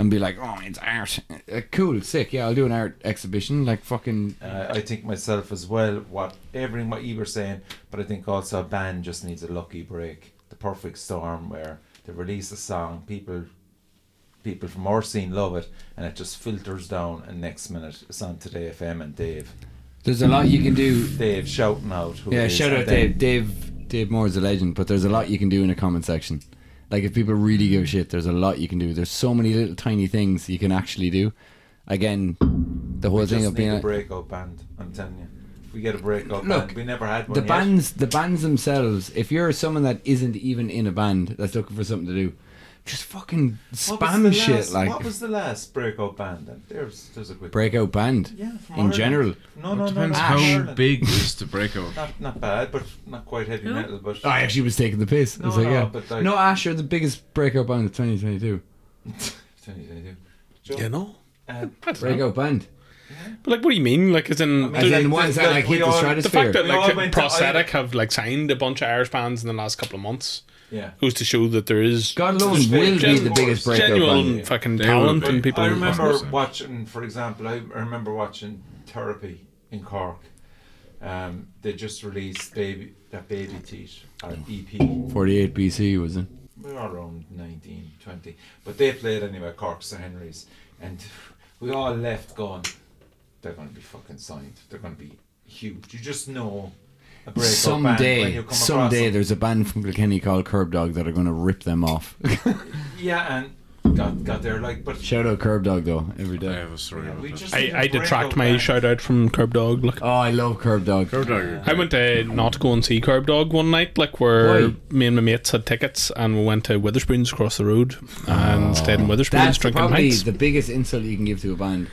[SPEAKER 2] And be like, oh, it's art. Uh, cool, sick. Yeah, I'll do an art exhibition. Like fucking
[SPEAKER 1] Uh, I think myself as well. What everything what you were saying, but I think also a band just needs a lucky break, the perfect storm where they release a song, people, people from our scene love it, and it just filters down, and next minute it's on Today FM and Dave,
[SPEAKER 2] There's a lot you can do.
[SPEAKER 1] Dave shouting out. Who it
[SPEAKER 2] Yeah,
[SPEAKER 1] is,
[SPEAKER 2] shout
[SPEAKER 1] and
[SPEAKER 2] out
[SPEAKER 1] then-
[SPEAKER 2] Dave. Dave Dave Moore is a legend, but there's a lot you can do in a comment section. Like if people really give a shit, there's a lot you can do. There's so many little tiny things you can actually do. Again, the whole
[SPEAKER 1] We
[SPEAKER 2] thing
[SPEAKER 1] just
[SPEAKER 2] of
[SPEAKER 1] need
[SPEAKER 2] being
[SPEAKER 1] a
[SPEAKER 2] like,
[SPEAKER 1] breakout band. I'm telling you, if we get a breakout
[SPEAKER 2] Look,
[SPEAKER 1] band, we never had one.
[SPEAKER 2] the
[SPEAKER 1] yet.
[SPEAKER 2] bands, the bands themselves. If you're someone that isn't even in a band that's looking for something to do, just fucking
[SPEAKER 1] What was
[SPEAKER 2] spam
[SPEAKER 1] the
[SPEAKER 2] shit
[SPEAKER 1] last-
[SPEAKER 2] like
[SPEAKER 1] What was the last breakout band? Then there's there's a quick
[SPEAKER 2] breakout band.
[SPEAKER 1] Yeah,
[SPEAKER 2] in
[SPEAKER 1] Ireland.
[SPEAKER 2] general.
[SPEAKER 1] No, no,
[SPEAKER 4] It
[SPEAKER 1] no, Ah, no.
[SPEAKER 4] depends
[SPEAKER 1] Ireland.
[SPEAKER 4] how big is the breakout.
[SPEAKER 1] Not not bad, but not quite heavy metal. But
[SPEAKER 2] I actually was taking the piss. I was
[SPEAKER 1] No,
[SPEAKER 2] like,
[SPEAKER 1] no,
[SPEAKER 2] yeah.
[SPEAKER 1] but, like-
[SPEAKER 2] no, Ash, you're the biggest breakout band of 2022.
[SPEAKER 1] Tell you, tell you. Joe,
[SPEAKER 5] You know?
[SPEAKER 1] uh,
[SPEAKER 5] I don't know.
[SPEAKER 2] Breakout band.
[SPEAKER 5] But like, what do you mean? Like, as in,
[SPEAKER 2] And then
[SPEAKER 1] Like,
[SPEAKER 2] ones that
[SPEAKER 1] like,
[SPEAKER 2] like hit
[SPEAKER 1] we
[SPEAKER 2] the
[SPEAKER 1] all- the
[SPEAKER 5] the
[SPEAKER 2] stratosphere.
[SPEAKER 5] fact that
[SPEAKER 1] We all
[SPEAKER 5] like
[SPEAKER 1] went to
[SPEAKER 5] prosthetic
[SPEAKER 1] Ireland.
[SPEAKER 5] have like signed a bunch of Irish bands in the last couple of months.
[SPEAKER 1] Yeah.
[SPEAKER 5] Who's to show that there is
[SPEAKER 2] God alone will be the
[SPEAKER 5] Genuine-
[SPEAKER 2] biggest breakup.
[SPEAKER 5] genuine
[SPEAKER 2] band.
[SPEAKER 5] fucking
[SPEAKER 4] They
[SPEAKER 5] talent
[SPEAKER 4] will be.
[SPEAKER 5] and people?
[SPEAKER 1] I remember
[SPEAKER 4] 100%.
[SPEAKER 1] watching, for example, I I remember watching Therapy in Cork. Um, they just released baby that baby teeth or EP.
[SPEAKER 2] 48 BC was it?
[SPEAKER 1] We were around 19, 20. but they played anyway. Cork St Henry's, and we all left going. They're going to be fucking signed. They're going to be huge. You just know. A breakup band when you
[SPEAKER 2] Someday,
[SPEAKER 1] come across
[SPEAKER 2] someday
[SPEAKER 1] them.
[SPEAKER 2] there's a band from Kilkenny called Curb Dog that are going to rip
[SPEAKER 1] (laughs)
[SPEAKER 2] them off.
[SPEAKER 1] Yeah, and God, God, they're like, but
[SPEAKER 2] Shout out Curb Dog though every
[SPEAKER 4] I
[SPEAKER 2] day.
[SPEAKER 4] have a story about
[SPEAKER 1] we
[SPEAKER 4] that.
[SPEAKER 1] just
[SPEAKER 5] I,
[SPEAKER 1] need a
[SPEAKER 5] I detract
[SPEAKER 1] breakup
[SPEAKER 5] my
[SPEAKER 1] band.
[SPEAKER 5] shout out from Curb Dog. Like,
[SPEAKER 2] Oh, I love Curb Dog.
[SPEAKER 4] Curb Dog.
[SPEAKER 5] I went to not go and see Curb Dog one night, like where
[SPEAKER 2] Why?
[SPEAKER 5] me and my mates had tickets, and we went to Witherspoon's across the road uh, and stayed in Witherspoon's
[SPEAKER 2] Oh, That's
[SPEAKER 5] drinking
[SPEAKER 2] probably
[SPEAKER 5] pints.
[SPEAKER 2] the biggest insult you can give to a band.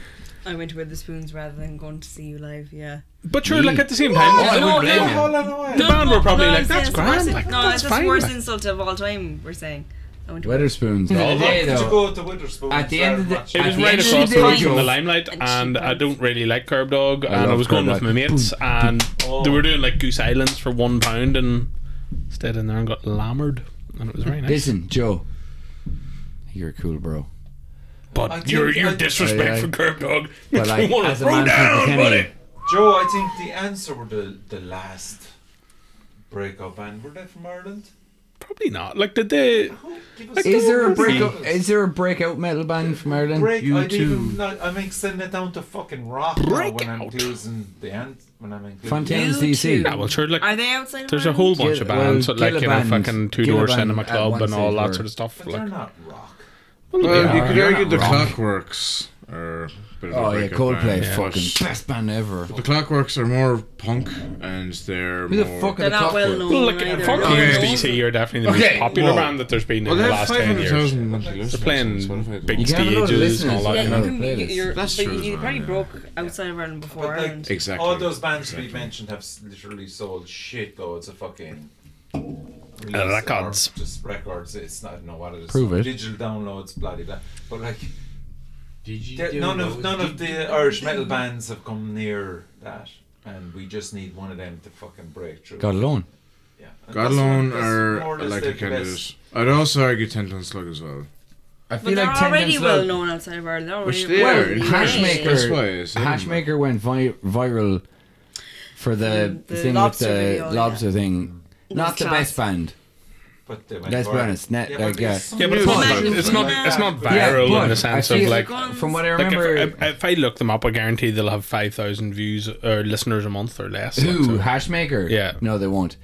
[SPEAKER 3] I went to Witherspoons rather than going to see you live. Yeah.
[SPEAKER 5] But sure, like at the same
[SPEAKER 2] Oh, I
[SPEAKER 5] time,
[SPEAKER 2] wouldn't
[SPEAKER 3] no,
[SPEAKER 2] blame
[SPEAKER 3] no,
[SPEAKER 2] you.
[SPEAKER 1] Hold on a while.
[SPEAKER 5] The band were probably like,
[SPEAKER 3] I'm saying
[SPEAKER 5] "That's
[SPEAKER 3] it's the worst
[SPEAKER 5] grand,
[SPEAKER 3] in-
[SPEAKER 5] like,
[SPEAKER 3] no,
[SPEAKER 5] that's
[SPEAKER 3] that's,
[SPEAKER 5] fine,
[SPEAKER 3] the worst
[SPEAKER 5] like."
[SPEAKER 3] insult of all time. We're saying. I went to
[SPEAKER 1] (laughs)
[SPEAKER 2] Weatherspoons. Oh, The other
[SPEAKER 1] How
[SPEAKER 2] day,
[SPEAKER 1] could you
[SPEAKER 2] though,
[SPEAKER 1] go to Witherspoon
[SPEAKER 2] At the end of the-
[SPEAKER 1] and
[SPEAKER 5] it
[SPEAKER 1] start
[SPEAKER 2] At
[SPEAKER 5] was
[SPEAKER 2] the
[SPEAKER 5] right
[SPEAKER 2] end of
[SPEAKER 5] across
[SPEAKER 2] the
[SPEAKER 5] the
[SPEAKER 2] day,
[SPEAKER 5] road from the
[SPEAKER 2] Joe-
[SPEAKER 5] limelight,
[SPEAKER 3] And
[SPEAKER 5] and
[SPEAKER 3] cheap
[SPEAKER 5] I
[SPEAKER 3] bands.
[SPEAKER 5] don't really like Curb Dog, and I
[SPEAKER 2] love
[SPEAKER 5] was going
[SPEAKER 2] Curb
[SPEAKER 5] with
[SPEAKER 2] Dog.
[SPEAKER 5] my mates, and
[SPEAKER 1] Oh.
[SPEAKER 5] they were doing like Goose Islands for one pound, and stayed in there and got lammered, and it was very nice.
[SPEAKER 2] listen, Joe, you're cool, bro.
[SPEAKER 5] But
[SPEAKER 1] I think-
[SPEAKER 5] your your
[SPEAKER 1] I-
[SPEAKER 5] disrespect
[SPEAKER 2] I- I-
[SPEAKER 5] for Curb Dog
[SPEAKER 2] But
[SPEAKER 5] makes
[SPEAKER 2] like,
[SPEAKER 5] me want
[SPEAKER 2] as
[SPEAKER 5] to
[SPEAKER 2] a
[SPEAKER 5] throw
[SPEAKER 2] man from
[SPEAKER 5] down, buddy.
[SPEAKER 2] Kilkenny,
[SPEAKER 1] Joe, I think the answer were the, the last breakup band. Were they from Ireland?
[SPEAKER 5] Probably not. Like, did they?
[SPEAKER 1] Who- give us-
[SPEAKER 2] is there a
[SPEAKER 1] give us-
[SPEAKER 2] breakup? Is there a breakout metal band from Ireland?
[SPEAKER 1] break?
[SPEAKER 2] you
[SPEAKER 1] I'd even
[SPEAKER 2] two,
[SPEAKER 1] not, I make send it down to fucking rock now when I'm
[SPEAKER 5] Breakout.
[SPEAKER 1] closing the end. When I'm including
[SPEAKER 2] Fontaines
[SPEAKER 3] You
[SPEAKER 2] DC.
[SPEAKER 3] two.
[SPEAKER 5] Yeah, well, sure. Like,
[SPEAKER 3] Are they outside? of
[SPEAKER 5] There's a
[SPEAKER 3] Ireland?
[SPEAKER 5] whole bunch of
[SPEAKER 2] Gil- well,
[SPEAKER 5] bands, like you know,
[SPEAKER 2] Gilliband-
[SPEAKER 5] fucking Two Door
[SPEAKER 2] Gilliband
[SPEAKER 5] Cinema
[SPEAKER 2] at
[SPEAKER 5] Club
[SPEAKER 2] one
[SPEAKER 5] and all
[SPEAKER 2] stage
[SPEAKER 5] that
[SPEAKER 2] were-
[SPEAKER 5] sort of stuff.
[SPEAKER 1] But they're
[SPEAKER 5] Like,
[SPEAKER 1] not rock.
[SPEAKER 4] Well, you could
[SPEAKER 5] You're
[SPEAKER 4] argue
[SPEAKER 5] not
[SPEAKER 4] the
[SPEAKER 5] wrong.
[SPEAKER 4] Clockworks are a bit of
[SPEAKER 2] Oh
[SPEAKER 4] a
[SPEAKER 2] yeah,
[SPEAKER 4] breakup
[SPEAKER 2] Coldplay,
[SPEAKER 4] band, but
[SPEAKER 2] fucking best band ever.
[SPEAKER 4] The Clockworks are more punk, and they're
[SPEAKER 2] Who the
[SPEAKER 4] more.
[SPEAKER 2] fuck are
[SPEAKER 3] They're
[SPEAKER 2] the
[SPEAKER 3] not well
[SPEAKER 2] Clockwork?
[SPEAKER 3] known.
[SPEAKER 5] well, like
[SPEAKER 3] either.
[SPEAKER 5] Fontaines
[SPEAKER 4] Yeah.
[SPEAKER 5] DC are definitely the
[SPEAKER 4] Okay,
[SPEAKER 5] most popular
[SPEAKER 4] whoa.
[SPEAKER 5] band that there's been
[SPEAKER 4] Well,
[SPEAKER 5] in
[SPEAKER 4] they
[SPEAKER 5] the
[SPEAKER 4] have
[SPEAKER 5] last ten years.
[SPEAKER 4] 500,000 monthly
[SPEAKER 5] They're
[SPEAKER 4] listeners on
[SPEAKER 5] playing
[SPEAKER 4] Spotify.
[SPEAKER 5] big
[SPEAKER 2] You can have a lot of
[SPEAKER 5] stages and
[SPEAKER 2] listeners,
[SPEAKER 5] all
[SPEAKER 2] yeah.
[SPEAKER 5] that.
[SPEAKER 3] Yeah,
[SPEAKER 5] you
[SPEAKER 3] you
[SPEAKER 5] know.
[SPEAKER 2] Another
[SPEAKER 3] can be,
[SPEAKER 2] playlist.
[SPEAKER 3] you're,
[SPEAKER 4] That's
[SPEAKER 3] like,
[SPEAKER 4] true as
[SPEAKER 3] You
[SPEAKER 4] well,
[SPEAKER 3] probably
[SPEAKER 4] yeah.
[SPEAKER 3] broke outside of Ireland before
[SPEAKER 1] But
[SPEAKER 3] Ireland.
[SPEAKER 1] like,
[SPEAKER 4] Exactly.
[SPEAKER 1] all those bands we
[SPEAKER 4] Exactly.
[SPEAKER 1] mentioned have s- literally sold shit though. It's a fucking release
[SPEAKER 5] Uh, records.
[SPEAKER 1] or just records. It's not I don't know what it is.
[SPEAKER 2] Prove it.
[SPEAKER 1] Digital downloads, bloody blah. But like, there- none of none of the Irish metal bands have come near that, and we just need one of them to fucking break through.
[SPEAKER 2] God alone.
[SPEAKER 1] Yeah. And
[SPEAKER 4] God
[SPEAKER 1] that's-
[SPEAKER 4] alone
[SPEAKER 1] that's more
[SPEAKER 4] are
[SPEAKER 1] or less
[SPEAKER 4] like
[SPEAKER 1] the
[SPEAKER 4] a
[SPEAKER 1] best.
[SPEAKER 4] candidate. I'd also argue Ten Ton Slug as well.
[SPEAKER 2] I
[SPEAKER 3] But
[SPEAKER 2] feel
[SPEAKER 3] they're
[SPEAKER 2] like
[SPEAKER 3] already
[SPEAKER 2] Ten
[SPEAKER 3] well known outside of Ireland. They're already
[SPEAKER 4] Which they
[SPEAKER 3] well
[SPEAKER 4] are.
[SPEAKER 3] known.
[SPEAKER 2] Hashmaker.
[SPEAKER 4] That's why it's
[SPEAKER 2] Hashmaker went vi- viral for the,
[SPEAKER 3] Mm, the
[SPEAKER 2] thing with
[SPEAKER 3] lobster
[SPEAKER 2] the
[SPEAKER 3] video, yeah.
[SPEAKER 2] lobster thing. Not the
[SPEAKER 3] class.
[SPEAKER 2] best band.
[SPEAKER 1] But they went
[SPEAKER 2] Let's be
[SPEAKER 1] viral.
[SPEAKER 2] honest, net-
[SPEAKER 1] yeah,
[SPEAKER 2] like,
[SPEAKER 1] but
[SPEAKER 2] yeah.
[SPEAKER 1] it's
[SPEAKER 5] Yeah, but it's
[SPEAKER 4] Well,
[SPEAKER 5] not,
[SPEAKER 4] like,
[SPEAKER 5] it's not it's not viral
[SPEAKER 2] but
[SPEAKER 5] in
[SPEAKER 2] I
[SPEAKER 5] the sense
[SPEAKER 2] feel
[SPEAKER 5] of like.
[SPEAKER 2] from what I
[SPEAKER 5] Like if,
[SPEAKER 2] remember,
[SPEAKER 5] if, if I look them up, I guarantee they'll have five thousand views or listeners a month or less. like,
[SPEAKER 2] who
[SPEAKER 5] so-
[SPEAKER 2] Hashmaker?
[SPEAKER 5] Yeah.
[SPEAKER 2] No, they won't.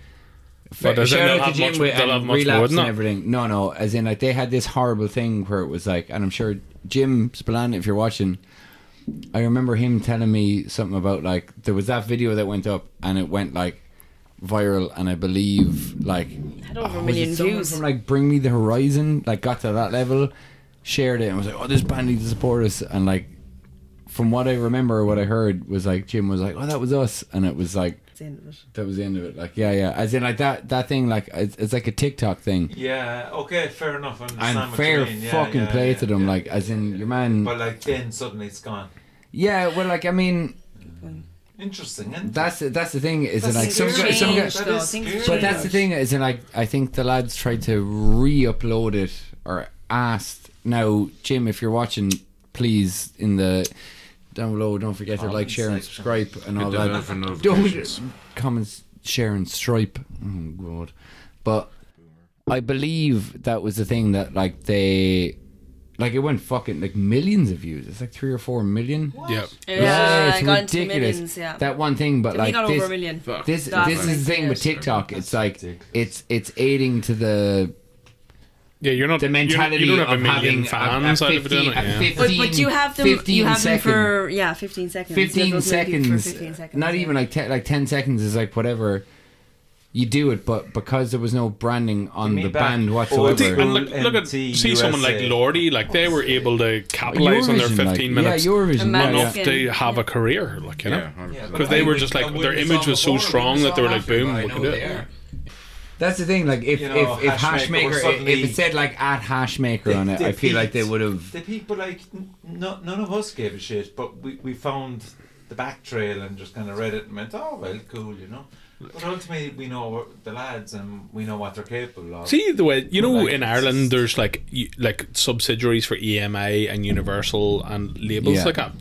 [SPEAKER 5] But as in
[SPEAKER 2] Shout
[SPEAKER 5] they'll
[SPEAKER 2] out to
[SPEAKER 5] have much-
[SPEAKER 2] Janeway
[SPEAKER 5] they'll
[SPEAKER 2] and
[SPEAKER 5] have much more
[SPEAKER 2] Relapse
[SPEAKER 5] than
[SPEAKER 2] and
[SPEAKER 5] that.
[SPEAKER 2] everything. No, no. As in, like they had this horrible thing where it was like, and I'm sure Jim Spillane, if you're watching, I remember him telling me something about like there was that video that went up and it went like viral, and I believe like
[SPEAKER 3] Had over a
[SPEAKER 2] was it
[SPEAKER 3] million
[SPEAKER 2] someone
[SPEAKER 3] views.
[SPEAKER 2] from like Bring Me the Horizon, like got to that level, shared it, and was like, oh, this band needs to support us, and like. From what I remember, what I heard was like Jim was like, "Oh, that was us," and it was like
[SPEAKER 3] That's the end of it.
[SPEAKER 2] that was the end of it. Like, yeah, yeah. As in, like that that thing, like it's, it's like a TikTok thing.
[SPEAKER 1] Yeah, okay, fair enough. I understand
[SPEAKER 2] And
[SPEAKER 1] what
[SPEAKER 2] fair
[SPEAKER 1] you mean. Yeah,
[SPEAKER 2] fucking
[SPEAKER 1] yeah,
[SPEAKER 2] play
[SPEAKER 1] yeah,
[SPEAKER 2] to them,
[SPEAKER 1] yeah.
[SPEAKER 2] like as in your man.
[SPEAKER 1] But like then suddenly it's gone.
[SPEAKER 2] yeah, well, like I mean,
[SPEAKER 1] Interesting, isn't
[SPEAKER 2] that's the- that's the thing. Is it
[SPEAKER 1] That's
[SPEAKER 2] like some
[SPEAKER 1] scary.
[SPEAKER 2] guy, some guy,
[SPEAKER 1] That
[SPEAKER 3] though.
[SPEAKER 1] is
[SPEAKER 3] Things
[SPEAKER 1] scary.
[SPEAKER 3] change.
[SPEAKER 2] But that's the thing. Is it like I think the lads tried to re-upload it or asked now, Jim, if you're watching, please in the down below, don't forget to like, share, and
[SPEAKER 1] Comments
[SPEAKER 2] subscribe, and all
[SPEAKER 4] Hit the
[SPEAKER 2] that.
[SPEAKER 4] bell for notifications.
[SPEAKER 2] don't comments share and stripe oh god but i believe that was the thing that like they like it went fucking like millions of views it's like three or four million
[SPEAKER 5] yeah.
[SPEAKER 3] Yeah, I got into millions, yeah.
[SPEAKER 2] that one thing but
[SPEAKER 3] They
[SPEAKER 2] like
[SPEAKER 3] got
[SPEAKER 2] this,
[SPEAKER 3] over a million.
[SPEAKER 4] Fuck.
[SPEAKER 2] this
[SPEAKER 3] That's
[SPEAKER 2] this is the thing with
[SPEAKER 3] ridiculous.
[SPEAKER 2] tiktok it's like
[SPEAKER 1] ridiculous.
[SPEAKER 2] it's it's aiding to the
[SPEAKER 5] Yeah, you're not
[SPEAKER 2] the mentality
[SPEAKER 5] You're, you don't have
[SPEAKER 2] of
[SPEAKER 5] a million
[SPEAKER 2] having
[SPEAKER 5] fans
[SPEAKER 2] a, a
[SPEAKER 5] out of it,
[SPEAKER 2] 50,
[SPEAKER 5] don't you?
[SPEAKER 2] a
[SPEAKER 5] Yeah.
[SPEAKER 2] 15
[SPEAKER 3] But, but you have them. You
[SPEAKER 2] 15
[SPEAKER 3] have them
[SPEAKER 2] second-
[SPEAKER 3] for yeah, fifteen seconds. You have
[SPEAKER 2] 15
[SPEAKER 3] those many people for
[SPEAKER 2] seconds,
[SPEAKER 3] 15 seconds,
[SPEAKER 2] not
[SPEAKER 3] yeah.
[SPEAKER 2] even like te- like 10 seconds is like whatever you do it but because there was no branding on
[SPEAKER 1] mean
[SPEAKER 2] the
[SPEAKER 1] back-
[SPEAKER 2] band
[SPEAKER 1] oh, it's-
[SPEAKER 2] whatsoever
[SPEAKER 5] And look, look at see
[SPEAKER 1] MT
[SPEAKER 5] someone like
[SPEAKER 1] USA.
[SPEAKER 5] Lordy, like they were able to capitalize on their
[SPEAKER 2] Eurovision,
[SPEAKER 5] 15
[SPEAKER 2] like,
[SPEAKER 5] minutes
[SPEAKER 2] yeah Eurovision
[SPEAKER 3] Yeah,
[SPEAKER 2] yeah,
[SPEAKER 3] Imagine-
[SPEAKER 5] enough
[SPEAKER 3] yeah.
[SPEAKER 5] to have a career, like you know.
[SPEAKER 4] Yeah, 100%.
[SPEAKER 1] Yeah,
[SPEAKER 5] Because they
[SPEAKER 1] I
[SPEAKER 5] were
[SPEAKER 1] would-
[SPEAKER 5] just like
[SPEAKER 1] I
[SPEAKER 5] their
[SPEAKER 1] wouldn't
[SPEAKER 5] image
[SPEAKER 1] saw
[SPEAKER 5] was
[SPEAKER 1] before, I
[SPEAKER 5] so
[SPEAKER 1] wouldn't
[SPEAKER 5] strong that they were like,
[SPEAKER 2] saw
[SPEAKER 5] boom,
[SPEAKER 2] after,
[SPEAKER 5] we
[SPEAKER 2] but I
[SPEAKER 5] can
[SPEAKER 2] know
[SPEAKER 5] do it.
[SPEAKER 2] they are. That's the thing. Like if
[SPEAKER 1] You know,
[SPEAKER 2] if, if
[SPEAKER 1] Hashmaker
[SPEAKER 2] Hashmaker,
[SPEAKER 1] was
[SPEAKER 2] if
[SPEAKER 1] suddenly-
[SPEAKER 2] it said like at Hashmaker
[SPEAKER 1] They-
[SPEAKER 2] on it,
[SPEAKER 1] they
[SPEAKER 2] I feel like they
[SPEAKER 1] peaked.
[SPEAKER 2] would have.
[SPEAKER 1] The people like n- no, none of us gave a shit, but we, we found the back trail and just kind of read it and went, oh well, cool, you know. But ultimately, we know what- the lads and we know what they're capable of.
[SPEAKER 5] See the way you know
[SPEAKER 1] Like,
[SPEAKER 5] in
[SPEAKER 1] it's-
[SPEAKER 5] Ireland there's like y- like subsidiaries for EMI and Universal and labels
[SPEAKER 2] Yeah.
[SPEAKER 5] like that.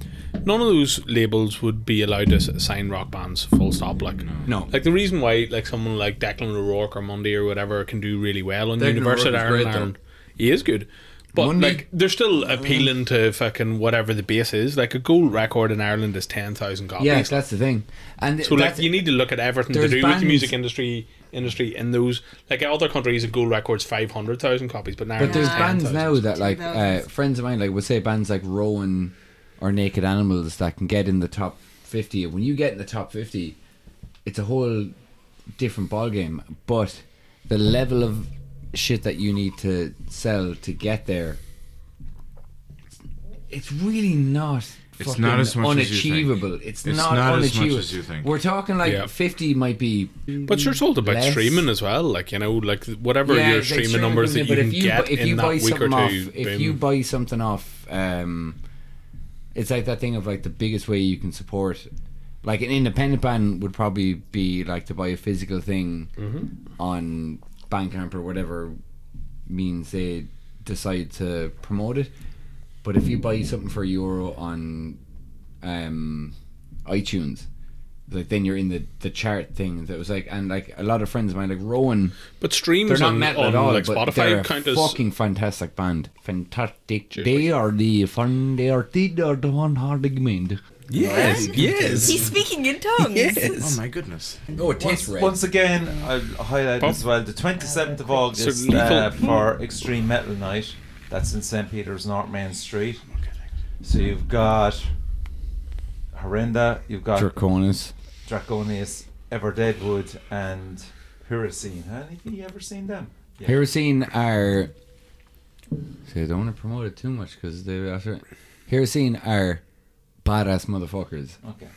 [SPEAKER 5] None of those labels would be allowed to s- sign rock bands. Full stop. Like
[SPEAKER 2] No.
[SPEAKER 5] Like the reason why like someone like Declan O'Rourke or Monday or whatever can do really well on
[SPEAKER 2] Declan O'Rourke is
[SPEAKER 5] Universal Ireland,
[SPEAKER 2] great, though.
[SPEAKER 5] Ireland. He is good. But
[SPEAKER 2] Mundy-
[SPEAKER 5] like they're still appealing to fucking whatever the base is. Like a gold record in Ireland is ten thousand copies.
[SPEAKER 2] Yeah, that's the thing. And
[SPEAKER 5] So like
[SPEAKER 2] that's,
[SPEAKER 5] you need to look at everything to
[SPEAKER 2] there's
[SPEAKER 5] do with
[SPEAKER 2] bands-
[SPEAKER 5] the music industry industry in those like other countries a gold record's five hundred thousand copies, but now
[SPEAKER 2] but there's
[SPEAKER 3] Yeah.
[SPEAKER 2] bands now that like uh,
[SPEAKER 3] 10,000.
[SPEAKER 2] friends of mine like would say bands like Rowan or Naked Animals that can get in the top fifty. When you get in the top fifty, it's a whole different ballgame. But the level of shit that you need to sell to get there, it's really not.
[SPEAKER 4] It's
[SPEAKER 2] fucking
[SPEAKER 4] not as much as you think.
[SPEAKER 2] unachievable. It's,
[SPEAKER 4] It's
[SPEAKER 2] not,
[SPEAKER 4] not as much
[SPEAKER 2] unachievable.
[SPEAKER 4] as you think.
[SPEAKER 2] We're talking like
[SPEAKER 5] Yeah.
[SPEAKER 2] fifty might be
[SPEAKER 5] But sure, it's all about
[SPEAKER 2] Less-
[SPEAKER 5] streaming as well. Like you know, like whatever
[SPEAKER 2] Yeah,
[SPEAKER 5] your
[SPEAKER 2] it's
[SPEAKER 5] streaming
[SPEAKER 2] extremely
[SPEAKER 5] numbers that you
[SPEAKER 2] convenient,
[SPEAKER 5] can
[SPEAKER 2] but
[SPEAKER 5] get
[SPEAKER 2] if you, bu- if
[SPEAKER 5] in
[SPEAKER 2] you
[SPEAKER 5] that
[SPEAKER 2] buy
[SPEAKER 5] week
[SPEAKER 2] something
[SPEAKER 5] or two.
[SPEAKER 2] off, if
[SPEAKER 5] boom.
[SPEAKER 2] you buy something off, um, it's like that thing of like the biggest way you can support. Like an independent band would probably be like to buy a physical thing
[SPEAKER 5] Mm-hmm.
[SPEAKER 2] on Bandcamp or whatever means they decide to promote it. But if you buy something for a euro on um, iTunes, like then you're in the, the chart thing that was like and like a lot of friends of mine like Rowan
[SPEAKER 5] but streams
[SPEAKER 2] they're not
[SPEAKER 5] on,
[SPEAKER 2] metal
[SPEAKER 5] on
[SPEAKER 2] at all,
[SPEAKER 5] like
[SPEAKER 2] but
[SPEAKER 5] Spotify
[SPEAKER 2] they're
[SPEAKER 5] count
[SPEAKER 2] a
[SPEAKER 5] as
[SPEAKER 2] fucking fantastic band. Fantastic.
[SPEAKER 5] Cheers,
[SPEAKER 2] They are the fun. They are the, they are the one hard argument.
[SPEAKER 5] yes,
[SPEAKER 3] He's
[SPEAKER 5] yes,
[SPEAKER 3] speaking in tongues.
[SPEAKER 4] Oh my goodness.
[SPEAKER 2] Oh, it tastes
[SPEAKER 1] Once again, I'll highlight as well the 27th of August uh,
[SPEAKER 5] lethal-
[SPEAKER 1] for Extreme Metal Night. That's in St. Peter's, North Main Street. So you've got Horrenda, you've got
[SPEAKER 2] Draconis.
[SPEAKER 1] Draconius, Ever Deadwood, and Purocene. Have you ever seen them? Yeah.
[SPEAKER 2] Herosine are. See, I don't want to promote it too much because they after. Herosine are badass motherfuckers.
[SPEAKER 1] Okay.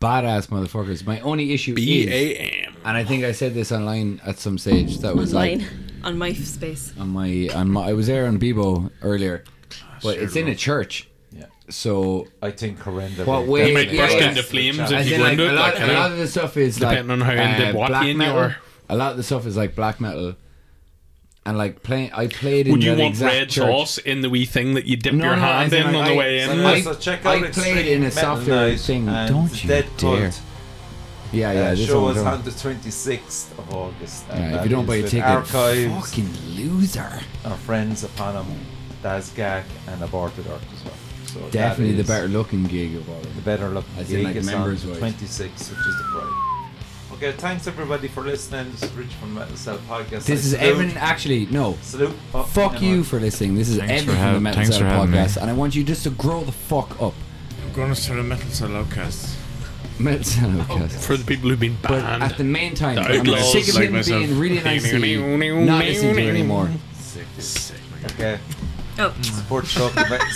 [SPEAKER 2] Badass motherfuckers. My only issue
[SPEAKER 5] B
[SPEAKER 2] is,
[SPEAKER 5] A M.
[SPEAKER 2] and I think I said this online at some stage. That was like
[SPEAKER 3] Online on my space.
[SPEAKER 2] on my on my. I was there on Bebo earlier,
[SPEAKER 5] Ah,
[SPEAKER 2] but it's in a church.
[SPEAKER 1] Yeah.
[SPEAKER 2] so
[SPEAKER 1] I think Horrenda.
[SPEAKER 2] What
[SPEAKER 1] will
[SPEAKER 2] way- They might
[SPEAKER 1] definitely
[SPEAKER 2] burst
[SPEAKER 1] be
[SPEAKER 2] into
[SPEAKER 1] the
[SPEAKER 5] flames
[SPEAKER 1] challenge.
[SPEAKER 5] if
[SPEAKER 2] As
[SPEAKER 5] you
[SPEAKER 2] in,
[SPEAKER 5] go
[SPEAKER 2] like,
[SPEAKER 5] into
[SPEAKER 2] a,
[SPEAKER 5] it,
[SPEAKER 2] lot,
[SPEAKER 5] like,
[SPEAKER 2] a
[SPEAKER 5] you know,
[SPEAKER 2] lot of the stuff is
[SPEAKER 5] depending
[SPEAKER 2] like
[SPEAKER 5] on how into
[SPEAKER 2] uh,
[SPEAKER 5] what
[SPEAKER 2] black
[SPEAKER 5] you
[SPEAKER 2] metal.
[SPEAKER 5] are.
[SPEAKER 2] A lot of the stuff is like black metal, and like playing. I played in
[SPEAKER 5] Would you
[SPEAKER 2] that
[SPEAKER 5] want
[SPEAKER 2] exact
[SPEAKER 5] red
[SPEAKER 2] church.
[SPEAKER 5] sauce in the wee thing that you dip
[SPEAKER 2] No,
[SPEAKER 5] your
[SPEAKER 2] no,
[SPEAKER 5] hand
[SPEAKER 2] as
[SPEAKER 5] in
[SPEAKER 2] in,
[SPEAKER 5] on
[SPEAKER 2] I-
[SPEAKER 5] the way
[SPEAKER 2] I-
[SPEAKER 5] in?
[SPEAKER 1] So
[SPEAKER 2] I-
[SPEAKER 5] like?
[SPEAKER 1] Uh, so check
[SPEAKER 2] I
[SPEAKER 1] out
[SPEAKER 2] played
[SPEAKER 1] Extreme
[SPEAKER 2] in a
[SPEAKER 1] Metal
[SPEAKER 2] softer
[SPEAKER 1] Night
[SPEAKER 2] thing.
[SPEAKER 1] and
[SPEAKER 2] Don't you
[SPEAKER 1] Deadwood.
[SPEAKER 2] dare. Yeah, yeah.
[SPEAKER 1] uh,
[SPEAKER 2] this
[SPEAKER 1] show
[SPEAKER 2] one,
[SPEAKER 1] is
[SPEAKER 2] don't-
[SPEAKER 1] on the 26th of August. and
[SPEAKER 2] Yeah, if
[SPEAKER 1] that
[SPEAKER 2] you don't
[SPEAKER 1] is
[SPEAKER 2] buy a
[SPEAKER 1] with
[SPEAKER 2] ticket,
[SPEAKER 1] Archives,
[SPEAKER 2] fucking loser.
[SPEAKER 1] our friends upon him, Dazgak and Aborted Earth as well. So that
[SPEAKER 2] Definitely the
[SPEAKER 1] is
[SPEAKER 2] better looking gig of all. of
[SPEAKER 1] the
[SPEAKER 2] them.
[SPEAKER 1] better look.
[SPEAKER 2] As in,
[SPEAKER 1] gig
[SPEAKER 2] like,
[SPEAKER 1] is on
[SPEAKER 2] members
[SPEAKER 1] the
[SPEAKER 2] wise.
[SPEAKER 1] 26th, which is the Friday. Okay, thanks everybody for listening. This is Rich from Metal Cell Podcast.
[SPEAKER 2] This
[SPEAKER 1] I
[SPEAKER 2] is
[SPEAKER 1] salute-
[SPEAKER 2] Evan. Actually, no.
[SPEAKER 1] Salute. Oh,
[SPEAKER 2] Fuck
[SPEAKER 1] hang on.
[SPEAKER 2] you for listening. This is
[SPEAKER 4] Thanks
[SPEAKER 2] Evan
[SPEAKER 4] for
[SPEAKER 2] from the
[SPEAKER 4] having-
[SPEAKER 2] Metal
[SPEAKER 4] thanks
[SPEAKER 2] Cell
[SPEAKER 4] for having me.
[SPEAKER 2] podcast, and I want you just to grow the fuck up.
[SPEAKER 4] I'm going to start a Metal Cell Outcast.
[SPEAKER 2] Metal Cell
[SPEAKER 1] Oh,
[SPEAKER 2] podcast.
[SPEAKER 5] For the people who've been
[SPEAKER 2] But
[SPEAKER 5] banned,
[SPEAKER 2] at the main time,
[SPEAKER 5] The
[SPEAKER 2] I'm
[SPEAKER 5] Outlaws,
[SPEAKER 2] sick of
[SPEAKER 4] like
[SPEAKER 2] him
[SPEAKER 4] myself.
[SPEAKER 2] being really nice to
[SPEAKER 5] (laughs)
[SPEAKER 2] you, not listening to you anymore.
[SPEAKER 4] Sick, sick.
[SPEAKER 1] Okay,
[SPEAKER 3] Oh,
[SPEAKER 1] support show.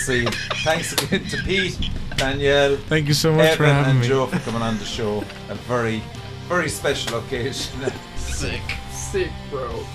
[SPEAKER 1] See. Thanks again to Pete, Danielle,
[SPEAKER 4] Thank you so much for
[SPEAKER 1] Evan,
[SPEAKER 4] having
[SPEAKER 1] and
[SPEAKER 4] me.
[SPEAKER 1] Joe for coming on the show. A very, very special occasion.
[SPEAKER 2] Sick, bro.